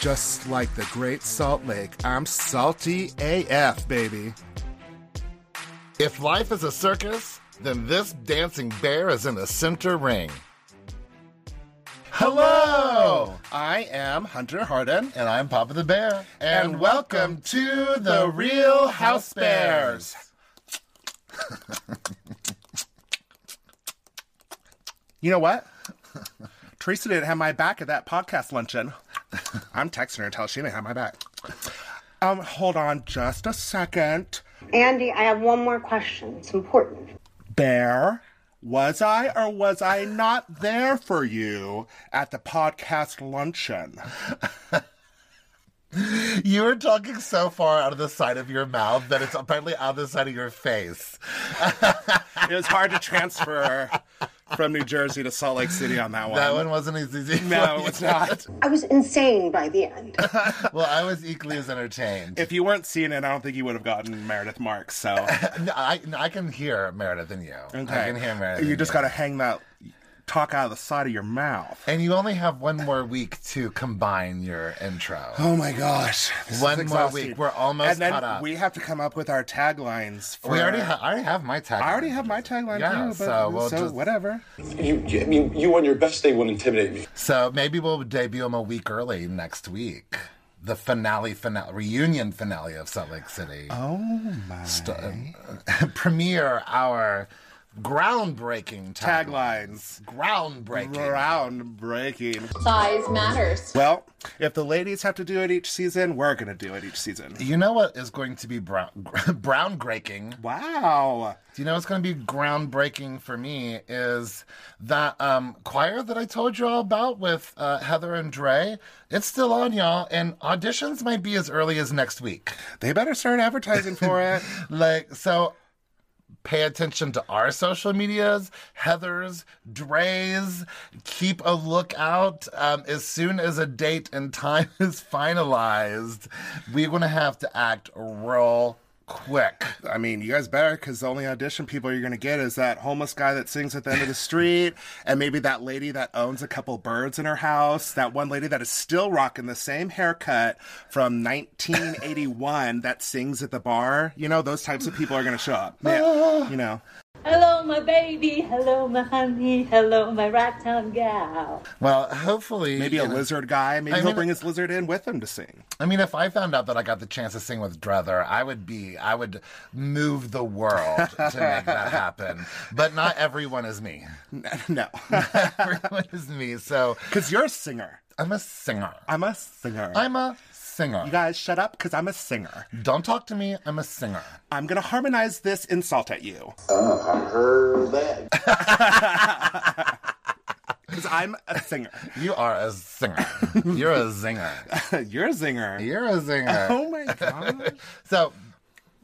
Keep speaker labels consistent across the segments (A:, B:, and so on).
A: Just like the Great Salt Lake, I'm salty AF, baby.
B: If life is a circus, then this dancing bear is in the center ring. Hello!
A: I am Hunter Harden.
B: And I'm Papa the Bear.
A: And welcome to the Real House Bears. You know what? Teresa didn't have my back at that podcast luncheon. I'm texting her until she didn't have my back. Um, hold on just a second.
C: Andy, I have one more question. It's important.
A: Bear, was I or was I not there for you at the podcast luncheon?
B: You are talking so far out of the side of your mouth that it's apparently out of the side of your face.
A: It was hard to transfer from New Jersey to Salt Lake City on that one.
B: That one wasn't as easy. for
A: no,
B: you.
A: it's not.
C: I was insane by the end.
B: Well, I was equally as entertained.
A: If you weren't seeing it, I don't think you would have gotten Meredith Marks. So
B: No, I, no, I can hear Meredith and you. I can hear Meredith.
A: You
B: and
A: just got to hang that talk out of the side of your mouth.
B: And you only have one more week to combine your intro.
A: Oh my gosh! This is
B: One more
A: exhausting.
B: week. We're almost
A: and then
B: caught up.
A: We have to come up with our taglines. For,
B: We already, ha- I already have my tag.
A: I already have my tagline
B: Yeah,
A: too, but
B: so we'll just-
A: whatever.
D: You, you- I mean, you on your best day would intimidate me.
B: So maybe we'll debut them a week early next week. The finale, finale, reunion finale of Salt Lake City. uh,
A: Oh my
B: Premiere our groundbreaking tag-
A: taglines.
B: Groundbreaking.
A: Groundbreaking.
E: Size matters.
A: Well, if the ladies have to do it each season, we're gonna do it each season.
B: you know what is going to be brown groundbreaking?
A: Wow.
B: Do you know what's going to be groundbreaking for me is that um, choir that I told you all about with uh, Heather and Dre. It's still on, y'all, and auditions might be as early as next week.
A: They better start advertising for it.
B: Like, so pay attention to our social medias, Heather's, Dre's. Keep a lookout. Um, as soon as a date and time is finalized, we're going to have to act real quick.
A: I mean, you guys better because the only audition people you're going to get is that homeless guy that sings at the end of the street, and maybe that lady that owns a couple birds in her house, that one lady that is still rocking the same haircut from 1981 that sings at the bar. You know, those types of people are going to show up. Yeah, you know.
F: Hello, my baby. Hello, my honey. Hello, my right town gal.
B: Well, hopefully.
A: Maybe a
B: you know-
A: lizard guy. Maybe
B: I
A: he'll
B: mean-
A: bring his lizard in with him to sing.
B: I mean, if I found out that I got the chance to sing with Drether, I would be, I would move the world to make that happen. But not everyone is me.
A: No,
B: Everyone is me. So
A: because you're a singer.
B: I'm a singer.
A: I'm a singer.
B: I'm a singer.
A: you guys shut up because I'm a singer.
B: Don't talk to me. I'm a singer.
A: I'm going to harmonize this insult at you.
D: Oh, I heard that.
A: Because I'm a singer.
B: You are a singer. You're a zinger.
A: You're a zinger.
B: You're a zinger.
A: Oh my god.
B: So,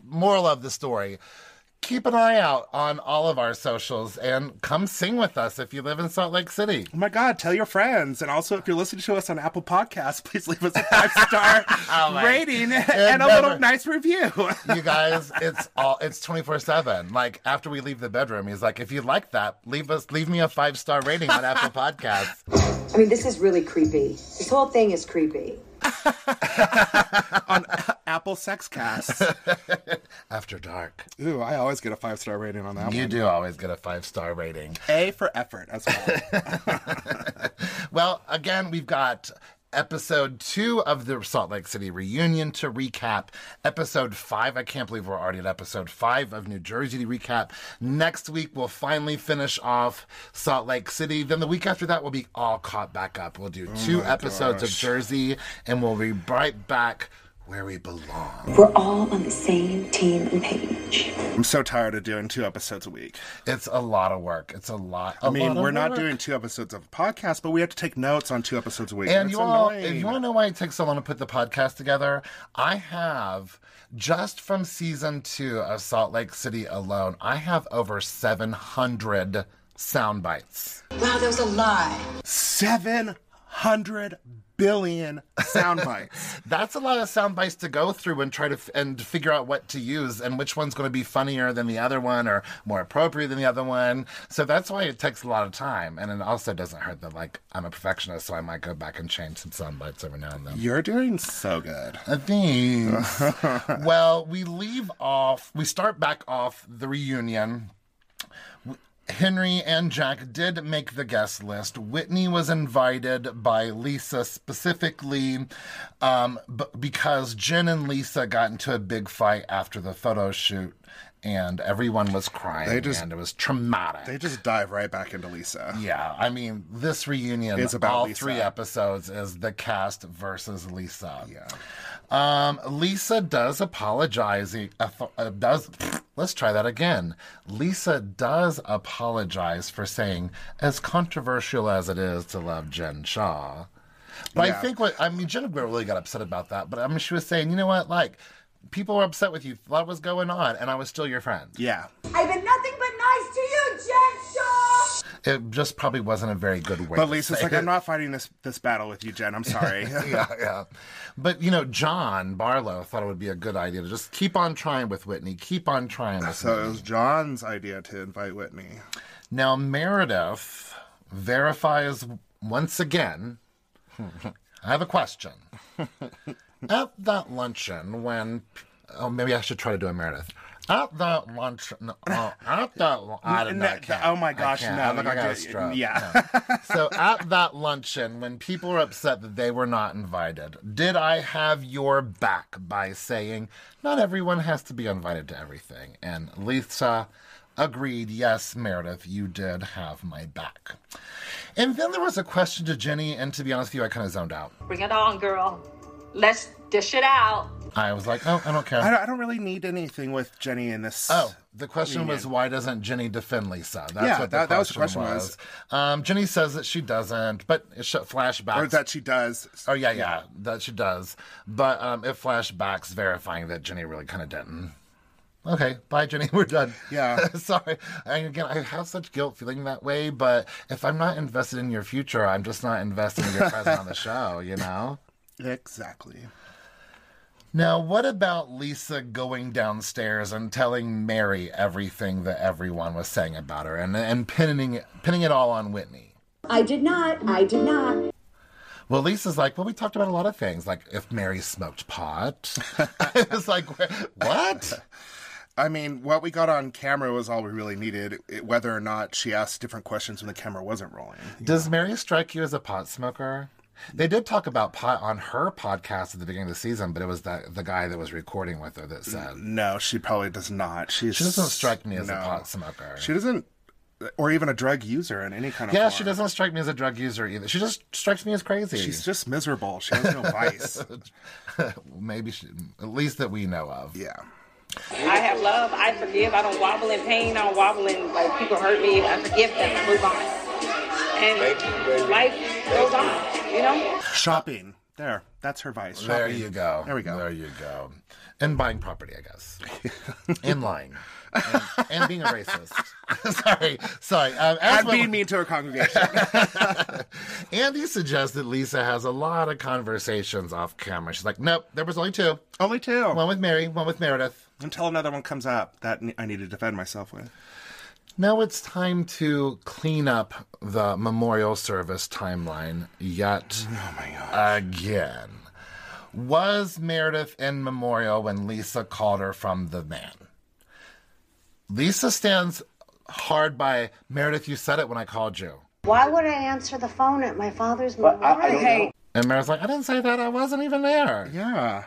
B: moral of the story keep an eye out on all of our socials and come sing with us if you live in Salt Lake City.
A: Oh my god, tell your friends. And also if you're listening to us on Apple Podcasts, please leave us a five star
B: my-
A: rating and, a
B: never-
A: little nice review.
B: you guys, it's all it's twenty four seven. Like after we leave the bedroom, he's like, if you like that, leave us leave me a five star rating on Apple Podcasts.
G: I mean, this is really creepy. This whole thing is creepy.
A: Apple Sexcast.
B: After dark.
A: Ooh, I always get a five star rating on that
B: You
A: one.
B: do always get a five star rating.
A: A for effort as well.
B: Well, again, we've got episode two of the Salt Lake City reunion to recap. Episode five, I can't believe we're already at episode five of New Jersey to recap. Next week, we'll finally finish off Salt Lake City. Then the week after that, we'll be all caught back up. We'll do
A: Oh
B: two episodes of Jersey, and we'll be right back where we belong.
G: We're all on the same team and page.
A: I'm so tired of doing two episodes a week.
B: It's a lot of work. It's a lot. I
A: I mean, we're not doing two episodes of a podcast, but we have to take notes on two episodes a week.
B: And
A: it's
B: you all,
A: annoying.
B: if you want to know why it takes so long to put the podcast together, I have just from season two of Salt Lake City alone, I have over 700 sound bites.
G: Wow, that was a lie.
A: 700 billion sound bites.
B: That's a lot of sound bites to go through and try to f- and figure out what to use and which one's going to be funnier than the other one or more appropriate than the other one. So that's why it takes a lot of time, and it also doesn't hurt that like I'm a perfectionist, so I might go back and change some sound bites every now and then.
A: You're doing so good.
B: Uh, Thanks. well, we leave off, we start back off the reunion. W- Henry and Jack did make the guest list. Whitney was invited by Lisa specifically um, b- because Jen and Lisa got into a big fight after the photo shoot and everyone was crying
A: They just-
B: and it was traumatic.
A: They just dive right back into Lisa.
B: Yeah, I mean, this reunion,
A: It's about
B: all
A: Lisa.
B: three episodes, is the cast versus Lisa.
A: Yeah.
B: Um, Lisa does apologize. uh, uh, does let's try that again. Lisa does apologize for saying, as controversial as it is to love Jen Shaw. But I
A: Yeah.
B: think what I mean, Jen really got upset about that. But I mean, she was saying, you know what, like. People were upset with you. A lot was going on, and I was still your friend.
A: Yeah.
E: I've been nothing but nice to you, Jen Shaw!
B: It just probably wasn't a very good way.
A: But
B: to
A: Lisa's
B: say
A: like,
B: it.
A: I'm not fighting this this battle with you, Jen. I'm sorry.
B: yeah, yeah. But you know, John Barlow thought it would be a good idea to just keep on trying with Whitney, keep on trying with
A: so it was John's idea to invite Whitney.
B: Now Meredith verifies once again. I have a question. At that luncheon, when oh maybe I should try to do a Meredith. At that luncheon, oh, at that lu- I don't know.
A: No,
B: I can't.
A: oh my
B: I
A: gosh,
B: can't.
A: no,
B: I think I
A: you
B: got a
A: did-
B: stroke.
A: yeah.
B: No. So at that luncheon, when people were upset that they were not invited, did I have your back by saying not everyone has to be invited to everything? And Lisa agreed. Yes, Meredith, you did have my back. And then there was a question to Jenny, and to be honest with you, I kind of zoned out.
F: Bring it on, girl. Let's dish it out.
B: I was like, oh, I don't care.
A: I don't, I don't really need anything with Jenny in this.
B: Oh, the question was why doesn't Jenny defend Lisa? That's
A: Yeah,
B: what the
A: that-
B: question
A: that was the question
B: was.
A: was.
B: Um, Jenny says that she doesn't, but it sh- flashbacks.
A: Or that she does.
B: oh yeah, yeah, that she does, but um, it flashbacks verifying that Jenny really kind of didn't. Okay, bye, Jenny. We're done.
A: Yeah.
B: sorry. And again, I have such guilt feeling that way, but if I'm not invested in your future, I'm just not invested in your present on the show. You know.
A: Exactly.
B: Now, what about Lisa going downstairs and telling Mary everything that everyone was saying about her and, and pinning, pinning it all on Whitney?
E: I did not, I did not.
B: Well, Lisa's like, well, we talked about a lot of things, like if Mary smoked pot. it was like, what?
A: I mean, what we got on camera was all we really needed, it- whether or not she asked different questions when the camera wasn't rolling.
B: Does Mary strike you as a pot smoker? They did talk about pot on her podcast at the beginning of the season, but it was that the guy that was recording with her that said,
A: No, she probably does not. She's,
B: she doesn't strike me as a
A: Mm, no.
B: pot smoker.
A: She doesn't, or even a drug user in any kind of
B: yeah,
A: form.
B: she doesn't strike me as a drug user either. She just strikes me as crazy.
A: She's just miserable. She has no vice.
B: maybe she, at least that we know of.
A: Yeah.
H: I have love. I forgive. I don't wobble in pain. I don't wobble in like people hurt me. I forgive them. Move on.
D: Thank you, baby.
H: And life goes on. You know.
A: Shopping. There. That's her vice. Shopping.
B: There you go.
A: There we go.
B: There you go. And buying property, I guess. and lying. And, and being a racist. sorry, sorry. Um, as
A: And
B: what-
A: being mean to her congregation.
B: Andy suggests that Lisa has a lot of conversations off camera. She's like, nope, there was only two.
A: Only two.
B: One with Mary, one with Meredith.
A: Until another one comes up that I need to defend myself with.
B: Now it's time to clean up the memorial service timeline yet again. Was Meredith in memorial when Lisa called her from the van? Lisa stands hard by Meredith, you said it when I called you.
C: Why would I answer the phone at my father's
D: But I, I
C: memorial?
D: don't know.
B: And Meredith's like, I didn't say that, I wasn't even there.
A: Yeah.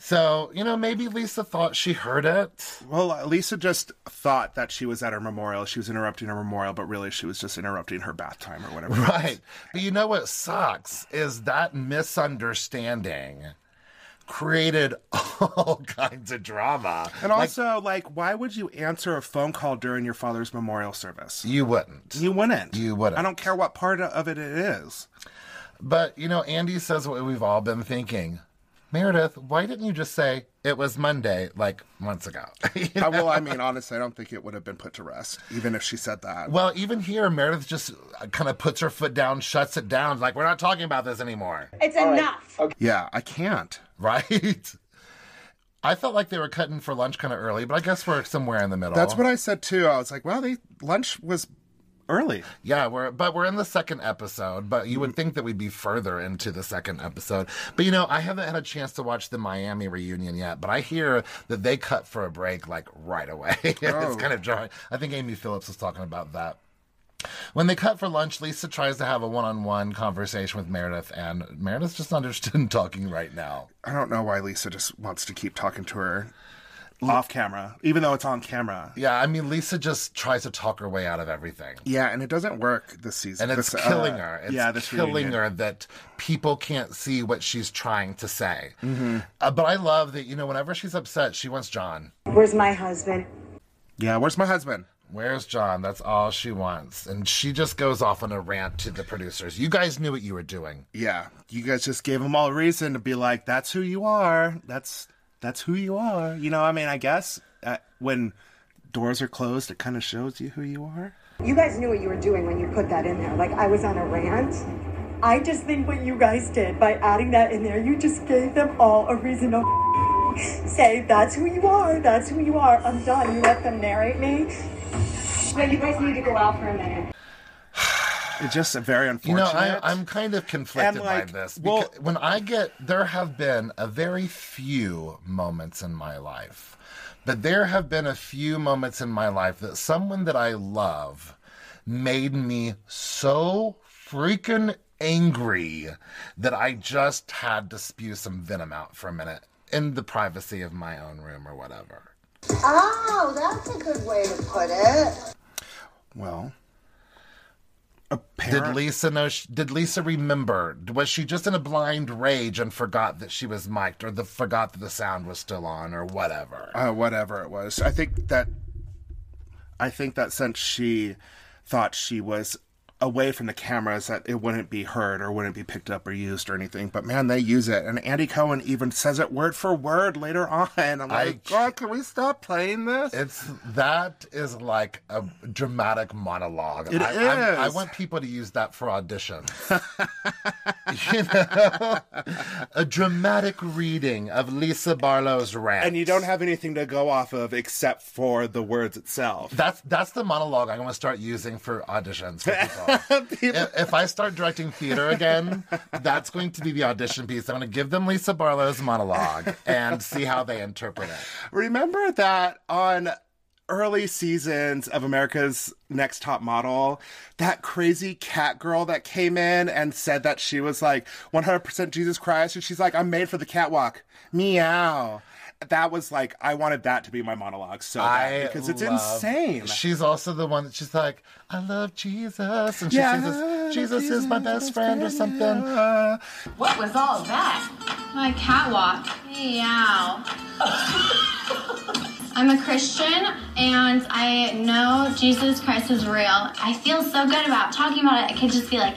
B: So, you know, maybe Lisa thought she heard it.
A: Well, Lisa just thought that she was at her memorial. She was interrupting her memorial, but really she was just interrupting her bath time or whatever.
B: Right. But you know what sucks is that misunderstanding created all kinds of drama.
A: And also, like, why would you answer a phone call during your father's memorial service?
B: You wouldn't.
A: You wouldn't.
B: You wouldn't.
A: I don't care what part of it it is.
B: But, you know, Andy says what we've all been thinking. Meredith, why didn't you just say it was Monday like months ago? You
A: Uh, well, I mean, honestly, I don't think it would have been put to rest, even if she said that.
B: Well, even here, Meredith just kind of puts her foot down, shuts it down, like, we're not talking about this anymore.
E: It's enough.
A: yeah, I can't.
B: Right? I felt like they were cutting for lunch kind of early, but I guess we're somewhere in the middle.
A: That's what I said too. I was like, well, they lunch was early.
B: Yeah, we're but we're in the second episode, but you would think that we'd be further into the second episode. But you know, I haven't had a chance to watch the Miami reunion yet, but I hear that they cut for a break like right away.
A: Oh.
B: it's kind of jarring. I think Amy Phillips was talking about that. When they cut for lunch, Lisa tries to have a one-on-one conversation with Meredith, and Meredith's just not interested in talking right now.
A: I don't know why Lisa just wants to keep talking to her off camera, even though it's on camera.
B: Yeah, I mean, Lisa just tries to talk her way out of everything.
A: Yeah, and it doesn't work this season.
B: and it's
A: This, uh,
B: killing her. It's
A: yeah, this
B: killing
A: reunion.
B: her that people can't see what she's trying to say.
A: Mm-hmm.
B: Uh, but I love that you know whenever she's upset, she wants John.
G: Where's my husband?
A: Yeah, where's my husband?
B: Where's John? That's all she wants, and she just goes off on a rant to the producers. You guys knew what you were doing.
A: Yeah, you guys just gave him all reason to be like, "That's who you are. That's that's who you are." You know, I mean, I guess uh, when doors are closed, it kind of shows you who you are.
G: You guys knew what you were doing when you put that in there. Like I was on a rant.
I: I just think what you guys did by adding that in there, you just gave them all a reason to say, that's who you are, that's who you are. I'm done. You let them narrate me.
E: Yeah, you guys need to go out for a minute.
A: It's just a very
B: You
A: unfortunate.
B: know, I, I'm kind of conflicted
A: And, like,
B: by this.
A: well-
B: because when I get there, have been a very few moments in my life, but there have been a few moments in my life that someone that I love made me so freaking angry that I just had to spew some venom out for a minute in the privacy of my own room or whatever.
C: Oh, that's a good way to put it.
A: well,
B: Did
A: apparently,
B: Lisa know? sh did Lisa remember? Was she just in a blind rage and forgot that she was mic'd, or the, forgot that the sound was still on, or whatever?
A: uh, whatever it was. I think that I think that since she thought she was away from the cameras, that it wouldn't be heard or wouldn't be picked up or used or anything. But man, they use it, and Andy Cohen even says it word for word later on. I'm like, God, can we stop playing this?
B: It's that is like a dramatic monologue.
A: It
B: I, I'm- I
A: is.
B: want people to use that for auditions. you know, a dramatic reading of Lisa Barlow's rant,
A: and you don't have anything to go off of except for the words itself.
B: That's that's the monologue I'm going to start using for auditions for people. if, if I start directing theater again, that's going to be the audition piece. I'm going to give them Lisa Barlow's monologue and see how they interpret it.
A: Remember that on early seasons of America's Next Top Model, that crazy cat girl that came in and said that she was like 100% Jesus Christ, and she's like, I'm made for the catwalk. Meow. That was like, I wanted that to be my monologue so bad
B: I
A: because it's
B: love-
A: insane.
B: She's also the one that she's like, I love Jesus, and she
A: Yeah, I
B: sings
A: love
B: this, Jesus, is my best friend or something.
J: What was all that? My catwalk. Meow. I'm a Christian and I know Jesus Christ is real. I feel so good about talking about it. I could just be like,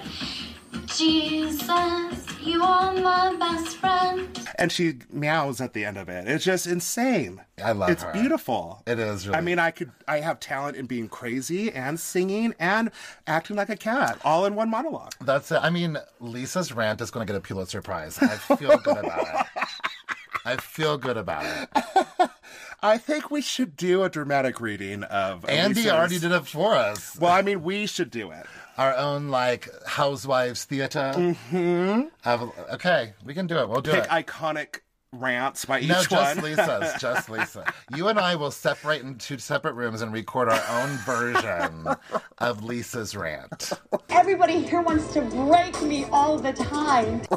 J: Jesus, you are my best friend.
A: and she meows at the end of it. It's just insane.
B: I love
A: It's
B: her.
A: beautiful.
B: It is really
A: I mean, I could. I have talent in being crazy and singing and acting like a cat, all in one monologue.
B: That's it. I mean, Lisa's rant is going to get a Pulitzer Prize. I feel good about it. I feel good about it.
A: I think we should do a dramatic reading of
B: Andy
A: Elisa's-
B: already did it for us.
A: Well, I mean, we should do it.
B: Our own like housewives theater. Mm-hmm. okay, we can do it. We'll do
A: Pick
B: it.
A: iconic rants by each
B: no,
A: one.
B: just Lisa's. Just Lisa. You and I will separate in two separate rooms and record our own version of Lisa's rant.
I: Everybody here wants to break me all the time.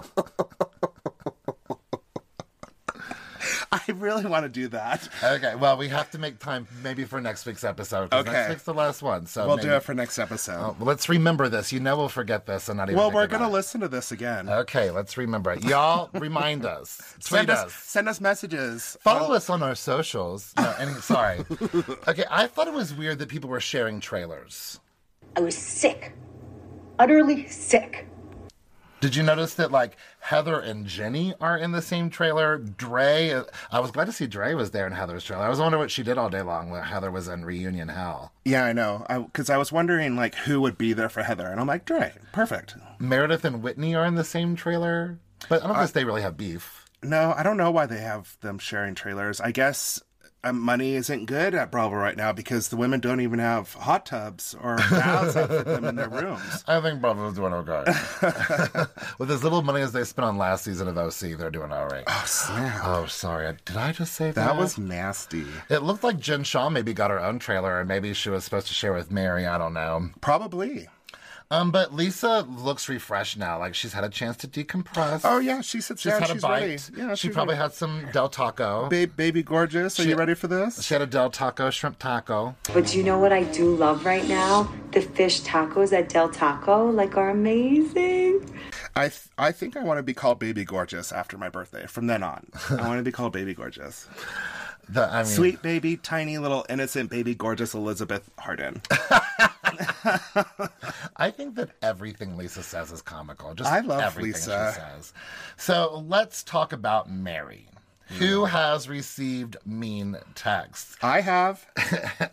A: I really want to do that.
B: Okay. Well, we have to make time maybe for next week's episode. 'cause
A: Okay.
B: Next week's the last one, so
A: We'll
B: maybe-
A: do it for next episode.
B: Well, let's remember this. You know, we'll forget this and not even.
A: well,
B: think
A: we're
B: about
A: gonna
B: it.
A: listen to this again.
B: Okay, let's remember it. Y'all, remind us. Tweet
A: send us,
B: us.
A: send us messages.
B: Follow us on our socials. No, and sorry. Okay, I thought it was weird that people were sharing trailers.
C: I was sick. Utterly sick.
B: Did you notice that like Heather and Jenny are in the same trailer? Dre, uh, I was glad to see Dre was there in Heather's trailer. I was wondering what she did all day long when Heather was in Reunion Hell.
A: Yeah, I know. Because I, was wondering like who would be there for Heather, and I'm like Dre, perfect.
B: Meredith and Whitney are in the same trailer, but I don't think they really have beef.
A: No, I don't know why they have them sharing trailers. I guess um, money isn't good at Bravo right now because the women don't even have hot tubs or baths that fit them in their rooms.
B: I think Bravo's doing okay. With as little money as they spent on last season of OC, they're doing all right.
A: Oh, snap.
B: Oh, sorry. I- Did I just say that?
A: That was nasty.
B: It looked like Jen Shaw maybe got her own trailer, or maybe she was supposed to share with Mary. I don't know.
A: Probably.
B: Um, but Lisa looks refreshed now. Like she's had a chance to decompress.
A: Oh yeah, she sits
B: she's
A: down.
B: had
A: she's
B: a bite.
A: ready. Yeah,
B: she probably had some Del Taco.
A: Ba- baby gorgeous. Are you ready for this?
B: She had a Del Taco shrimp taco.
G: But you know what I do love right now? The fish tacos at Del Taco, like, are amazing.
A: I th- I think I want to be called baby gorgeous after my birthday. From then on, I want to be called baby gorgeous.
B: The, I mean,
A: Sweet baby, tiny little innocent baby gorgeous Elizabeth Harden.
B: I think that everything Lisa says is comical. Just
A: I love
B: everything
A: Lisa.
B: she says. So let's talk about Mary,
A: Hmm.
B: who has received mean texts.
A: I have.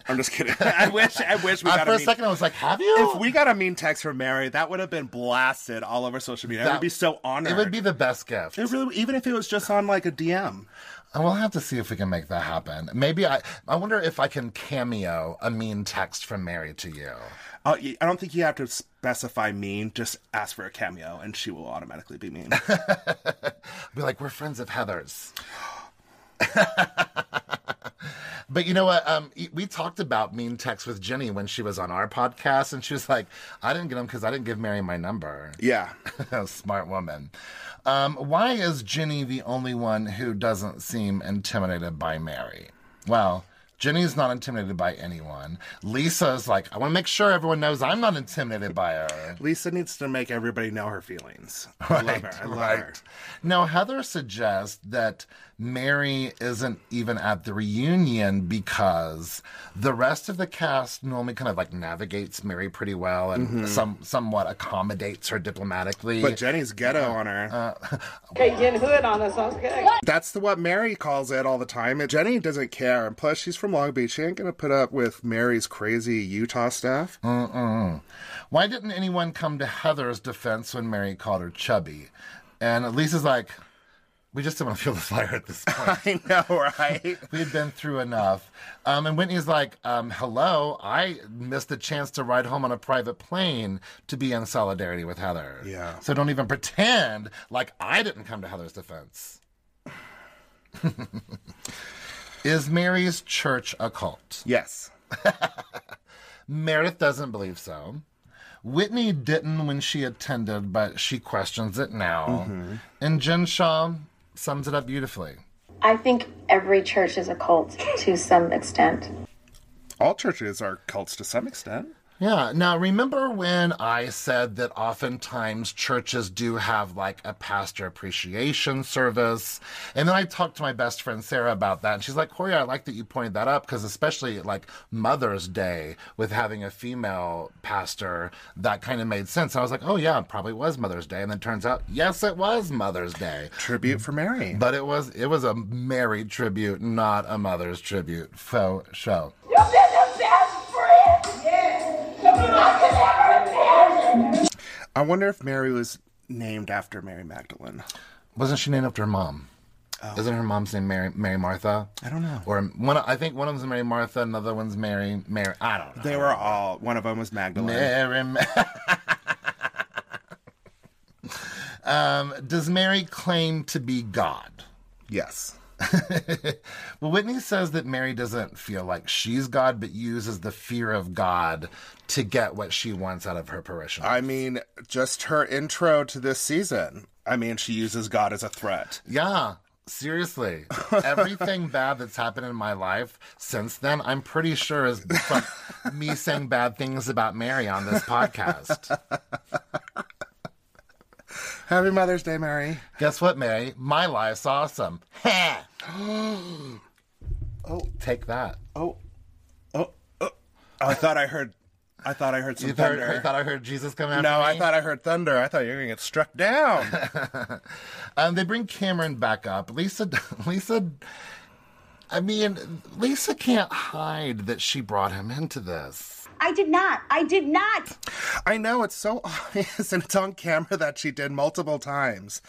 A: I'm just kidding. I wish. I wish we
B: Uh,
A: got
B: for
A: a
B: a
A: mean.
B: second, I was like, "Have you?"
A: if we got a mean text from Mary, that would have been blasted all over social media. I
B: That-
A: would be so honored.
B: it would be the best gift.
A: It really, even if it was just on like a DM.
B: And We'll have to see if we can make that happen. Maybe I. I wonder if I can cameo a mean text from Mary to you.
A: Uh, y- I don't think you have to specify mean. Just ask for a cameo, and she will automatically be mean.
B: Be like, we're friends of Heather's. but you know what? Um, e- we talked about mean texts with Jenny when she was on our podcast, and she was like, "I didn't get them because I didn't give Mary my number."
A: yeah.
B: Smart woman. Um, why is Jenny the only one who doesn't seem intimidated by Mary? Well, Jenny's not intimidated by anyone. Lisa's like, I want to make sure everyone knows I'm not intimidated by her.
A: Lisa needs to make everybody know her feelings. I love her. I love her.
B: Now, Heather suggests that Mary isn't even at the reunion because the rest of the cast normally kind of like navigates Mary pretty well and some somewhat accommodates her diplomatically.
A: Mm-hmm. But Jenny's ghetto on her.
H: Okay, getting hood on us. Okay.
A: That's the Uh, what Mary calls it all the time. And Jenny doesn't care. And plus, she's from Long Beach. She ain't gonna put up with Mary's crazy Utah stuff.
B: Why didn't anyone come to Heather's defense when Mary called her chubby? And Lisa's like, we just don't want to feel the fire at this point.
A: I know, right?
B: we had been through enough. Um, and Whitney's like, um, hello, I missed the chance to ride home on a private plane to be in solidarity with Heather.
A: Yeah.
B: So don't even pretend like I didn't come to Heather's defense. Is Mary's church a cult?
A: yes.
B: Meredith doesn't believe so. Whitney didn't when she attended, but she questions it now. And Jen Shaw sums it up beautifully.
K: I think every church is a cult to some extent.
A: All churches are cults to some extent.
B: Yeah. Now, remember when I said that oftentimes churches do have like a pastor appreciation service? And then I talked to my best friend Sarah about that. And she's like, Corey, I like that you pointed that up because, especially like Mother's Day with having a female pastor, that kind of made sense. I was like, oh, yeah, it probably was Mother's Day. And then it turns out, yes, it was Mother's Day.
A: Tribute for Mary.
B: But it was it was a married tribute, not a mother's tribute. So show.
E: You've been the best friend I could ever be.
A: I wonder if Mary was named after Mary Magdalene.
B: Wasn't she named after her mom? Isn't her mom's name Mary Mary Martha?
A: I don't know.
B: Or one, I think one of them's Mary Martha, another one's Mary Mary. I don't know.
A: They were all. One of them was Magdalene.
B: Mary. Ma- um, does Mary claim to be God?
A: Yes.
B: well, Whitney says that Mary doesn't feel like she's God, but uses the fear of God to get what she wants out of her parishioners.
A: I mean, just her intro to this season. I mean, she uses God as a threat.
B: Yeah, seriously. Everything bad that's happened in my life since then, I'm pretty sure is from me saying bad things about Mary on this podcast.
A: Happy Mother's Day, Mary.
B: Guess what, Mary? My life's awesome. Ha! oh, take that.
A: Oh, I oh. thought I heard I thought I heard some
B: You thought,
A: thunder.
B: I thought I heard Jesus come after
A: no,
B: me?
A: I thought I heard thunder. I thought you were going to get struck down.
B: um, they bring Cameron back up. Lisa, Lisa, I mean, Lisa can't hide that she brought him into this.
L: I did not. I did not.
A: I know it's so obvious and it's on camera that she did multiple times.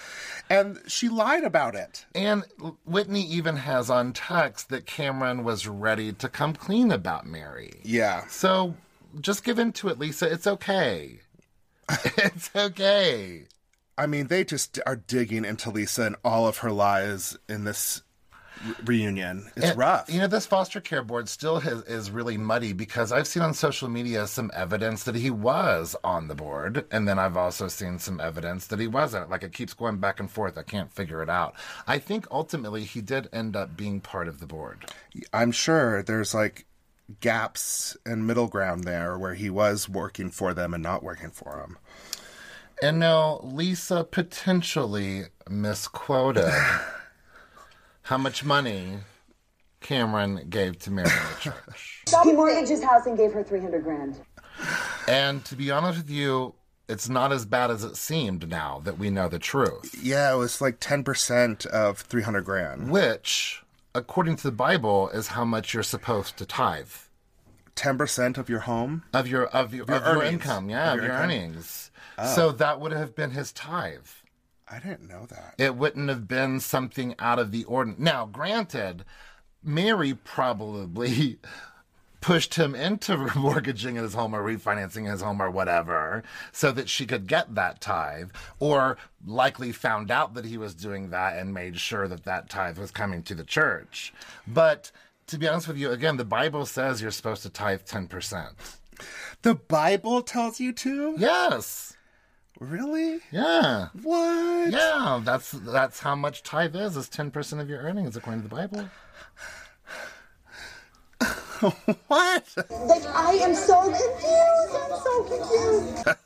A: And she lied about it.
B: And Whitney even has on text that Cameron was ready to come clean about Mary.
A: Yeah.
B: So just give in to it, Lisa. It's okay. it's okay.
A: I mean, they just are digging into Lisa and all of her lies in this re- reunion. It's
B: And,
A: rough.
B: You know, this foster care board still has, is really muddy because I've seen on social media some evidence that he was on the board, and then I've also seen some evidence that he wasn't. Like it keeps going back and forth. I can't figure it out. I think ultimately he did end up being part of the board.
A: I'm sure there's like gaps and middle ground there where he was working for them and not working for them.
B: And now Lisa potentially misquoted how much money Cameron gave to Mary Mitchell.
M: He mortgaged his house and gave her 300 grand.
B: And to be honest with you, it's not as bad as it seemed now that we know the truth.
A: Yeah, it was like 10% of 300 grand.
B: Which, according to the Bible, is how much you're supposed to tithe.
A: 10% of your home?
B: Of your of your,
A: Your
B: of your
A: earnings.
B: income, yeah,
A: Of
B: of
A: your
B: your,
A: income.
B: earnings.
A: Oh.
B: So that would have been his tithe.
A: I didn't know that.
B: It wouldn't have been something out of the ordinary. Now, granted, Mary probably pushed him into mortgaging his home or refinancing his home or whatever so that she could get that tithe or likely found out that he was doing that and made sure that that tithe was coming to the church. But to be honest with you, again, the Bible says you're supposed to tithe 10%.
A: The Bible tells you to?
B: Yes.
A: Really?
B: Yeah.
A: What?
B: Yeah, that's that's how much tithe is. Is ten percent of your earnings according to the Bible.
A: What?
M: Like, I am so confused. I'm so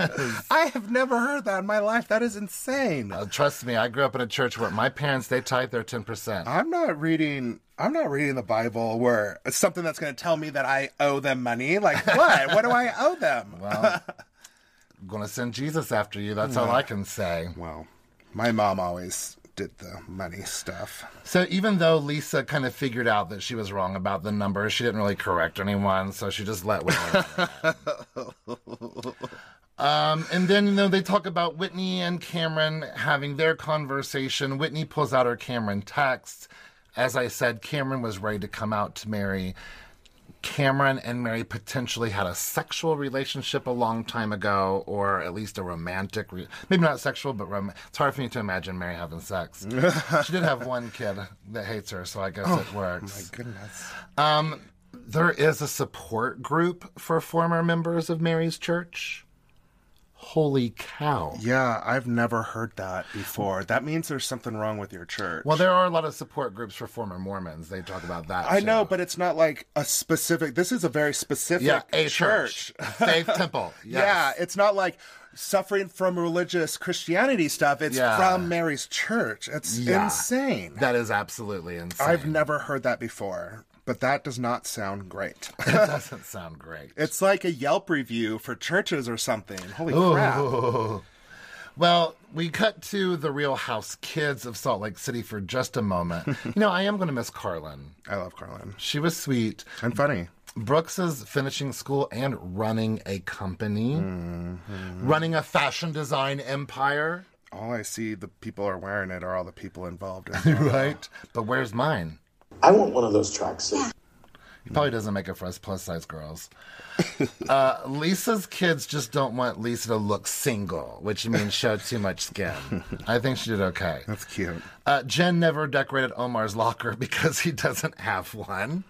M: confused.
A: I have never heard that in my life. That is insane.
B: Uh, trust me, I grew up in a church where my parents they tithe their ten percent.
A: I'm not reading. I'm not reading the Bible where it's something that's going to tell me that I owe them money. Like what? what do I owe them?
B: Well, I'm gonna send Jesus after you. That's all I can say.
A: Well, my mom always did the money stuff.
B: So even though Lisa kind of figured out that she was wrong about the numbers, she didn't really correct anyone. So she just let Whitney. Um, and then, you know, they talk about Whitney and Cameron having their conversation. Whitney pulls out her Cameron text. As I said, Cameron was ready to come out to Mary. Cameron and Mary potentially had a sexual relationship a long time ago, or at least a romantic, re- maybe not sexual, but rom- it's hard for me to imagine Mary having sex. she did have one kid that hates her, so I guess it
A: Oh,
B: works.
A: My goodness.
B: Um, there is a support group for former members of Mary's church. Holy cow.
A: Yeah, I've never heard that before. That means there's something wrong with your church.
B: Well, there are a lot of support groups for former Mormons. They talk about that.
A: I
B: too.
A: know, but it's not like a specific. This is a very specific
B: Yeah, a
A: church.
B: church. Faith Temple.
A: Yeah,
B: Yes.
A: it's not like suffering from religious Christianity stuff. It's
B: Yeah.
A: from Mary's church. It's
B: Yeah.
A: insane.
B: That is absolutely insane.
A: I've never heard that before, but that does not sound great.
B: it doesn't sound great.
A: it's like a Yelp review for churches or something. Holy
B: Ooh.
A: crap.
B: Well, we cut to the Real House Kids of Salt Lake City for just a moment. you know, I am going to miss Carlin.
A: I love Carlin.
B: She was sweet
A: and funny.
B: Brooks is finishing school and running a company, running a fashion design empire.
A: All I see the people are wearing it are all the people involved in it.
B: right? But where's mine?
N: I want one of those tracks.
B: He probably doesn't make it for us plus size girls. uh, Lisa's kids just don't want Lisa to look single, which means show too much skin. I think she did okay.
A: That's cute.
B: Uh, Jen never decorated Omar's locker because he doesn't have one.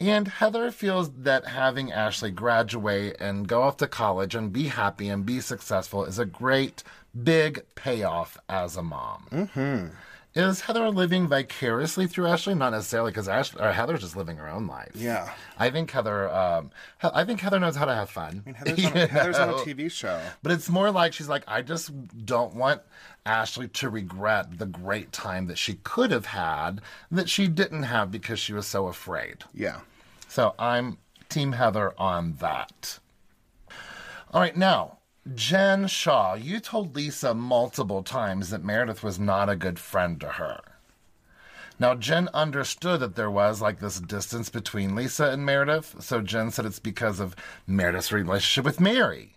B: And Heather feels that having Ashley graduate and go off to college and be happy and be successful is a great big payoff as a mom. Mm-hmm. Is Heather living vicariously through Ashley? Not necessarily, because Ash- or Heather's just living her own life.
A: Yeah.
B: I think Heather. Um, He- I think Heather knows how to have fun.
A: Heather's on, a,
B: You
A: Heather's on a
B: know?
A: TV show.
B: But it's more like she's like, I just don't want Ashley to regret the great time that she could have had that she didn't have because she was so afraid.
A: Yeah.
B: So I'm Team Heather on that. All right, now, Jen Shaw, you told Lisa multiple times that Meredith was not a good friend to her. Now, Jen understood that there was like this distance between Lisa and Meredith, so Jen said it's because of Meredith's relationship with Mary.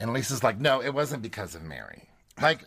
B: And Lisa's like, no, it wasn't because of Mary. Like,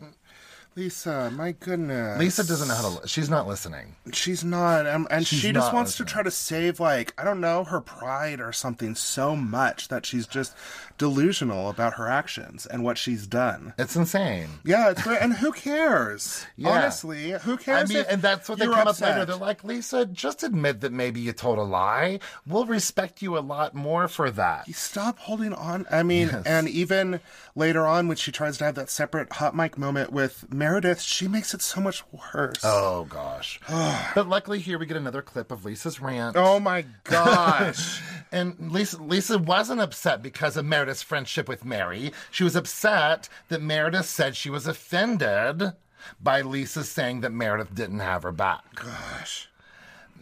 A: Lisa, my goodness.
B: Lisa doesn't know how to. She's not listening.
A: She's not, and, and
B: She's
A: she just
B: not
A: wants to try to save, like I don't know, her pride or something so much that she's just delusional about her actions and what she's done.
B: It's insane.
A: Yeah, it's great. and who cares? Honestly, who cares?
B: I mean,
A: if
B: and that's what they
A: you're
B: come up later.
A: upset?
B: They're like, Lisa, just admit that maybe you told a lie. We'll respect you a lot more for that.
A: Stop holding on. I mean,
B: Yes.
A: and even later on when she tries to have that separate hot mic moment with Meredith, she makes it so much worse.
B: Oh gosh. but luckily here we get another clip of Lisa's rant.
A: Oh my gosh.
B: and Lisa Lisa wasn't upset because of Meredith's friendship with Mary. She was upset that Meredith said she was offended by Lisa saying that Meredith didn't have her back.
A: Gosh.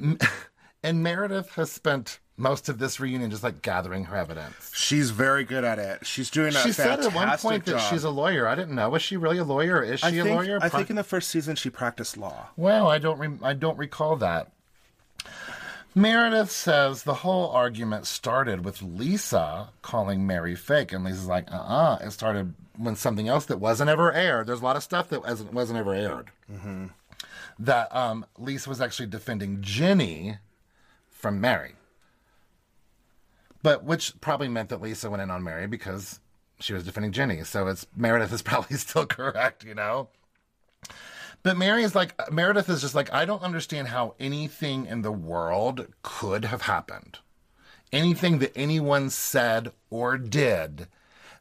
B: And Meredith has spent most of this reunion just like gathering her evidence.
A: She's very good at it. She's doing a
B: She said at one
A: fantastic
B: point that
A: job.
B: she's a lawyer. I didn't know. Was she really a lawyer? Is she
A: I
B: a
A: think-
B: lawyer?
A: I
B: Pro-
A: think in the first season she practiced law.
B: Wow, I don't re- I don't recall that. Meredith says the whole argument started with Lisa calling Mary fake, and Lisa's like, "Uh, uh it started when something else that wasn't ever aired. There's a lot of stuff that wasn't wasn't ever aired. That um, Lisa was actually defending Jenny from Mary, but which probably meant that Lisa went in on Mary because she was defending Jenny. So it's Meredith is probably still correct, you know. But Mary is like Meredith is just like I don't understand how anything in the world could have happened. Anything that anyone said or did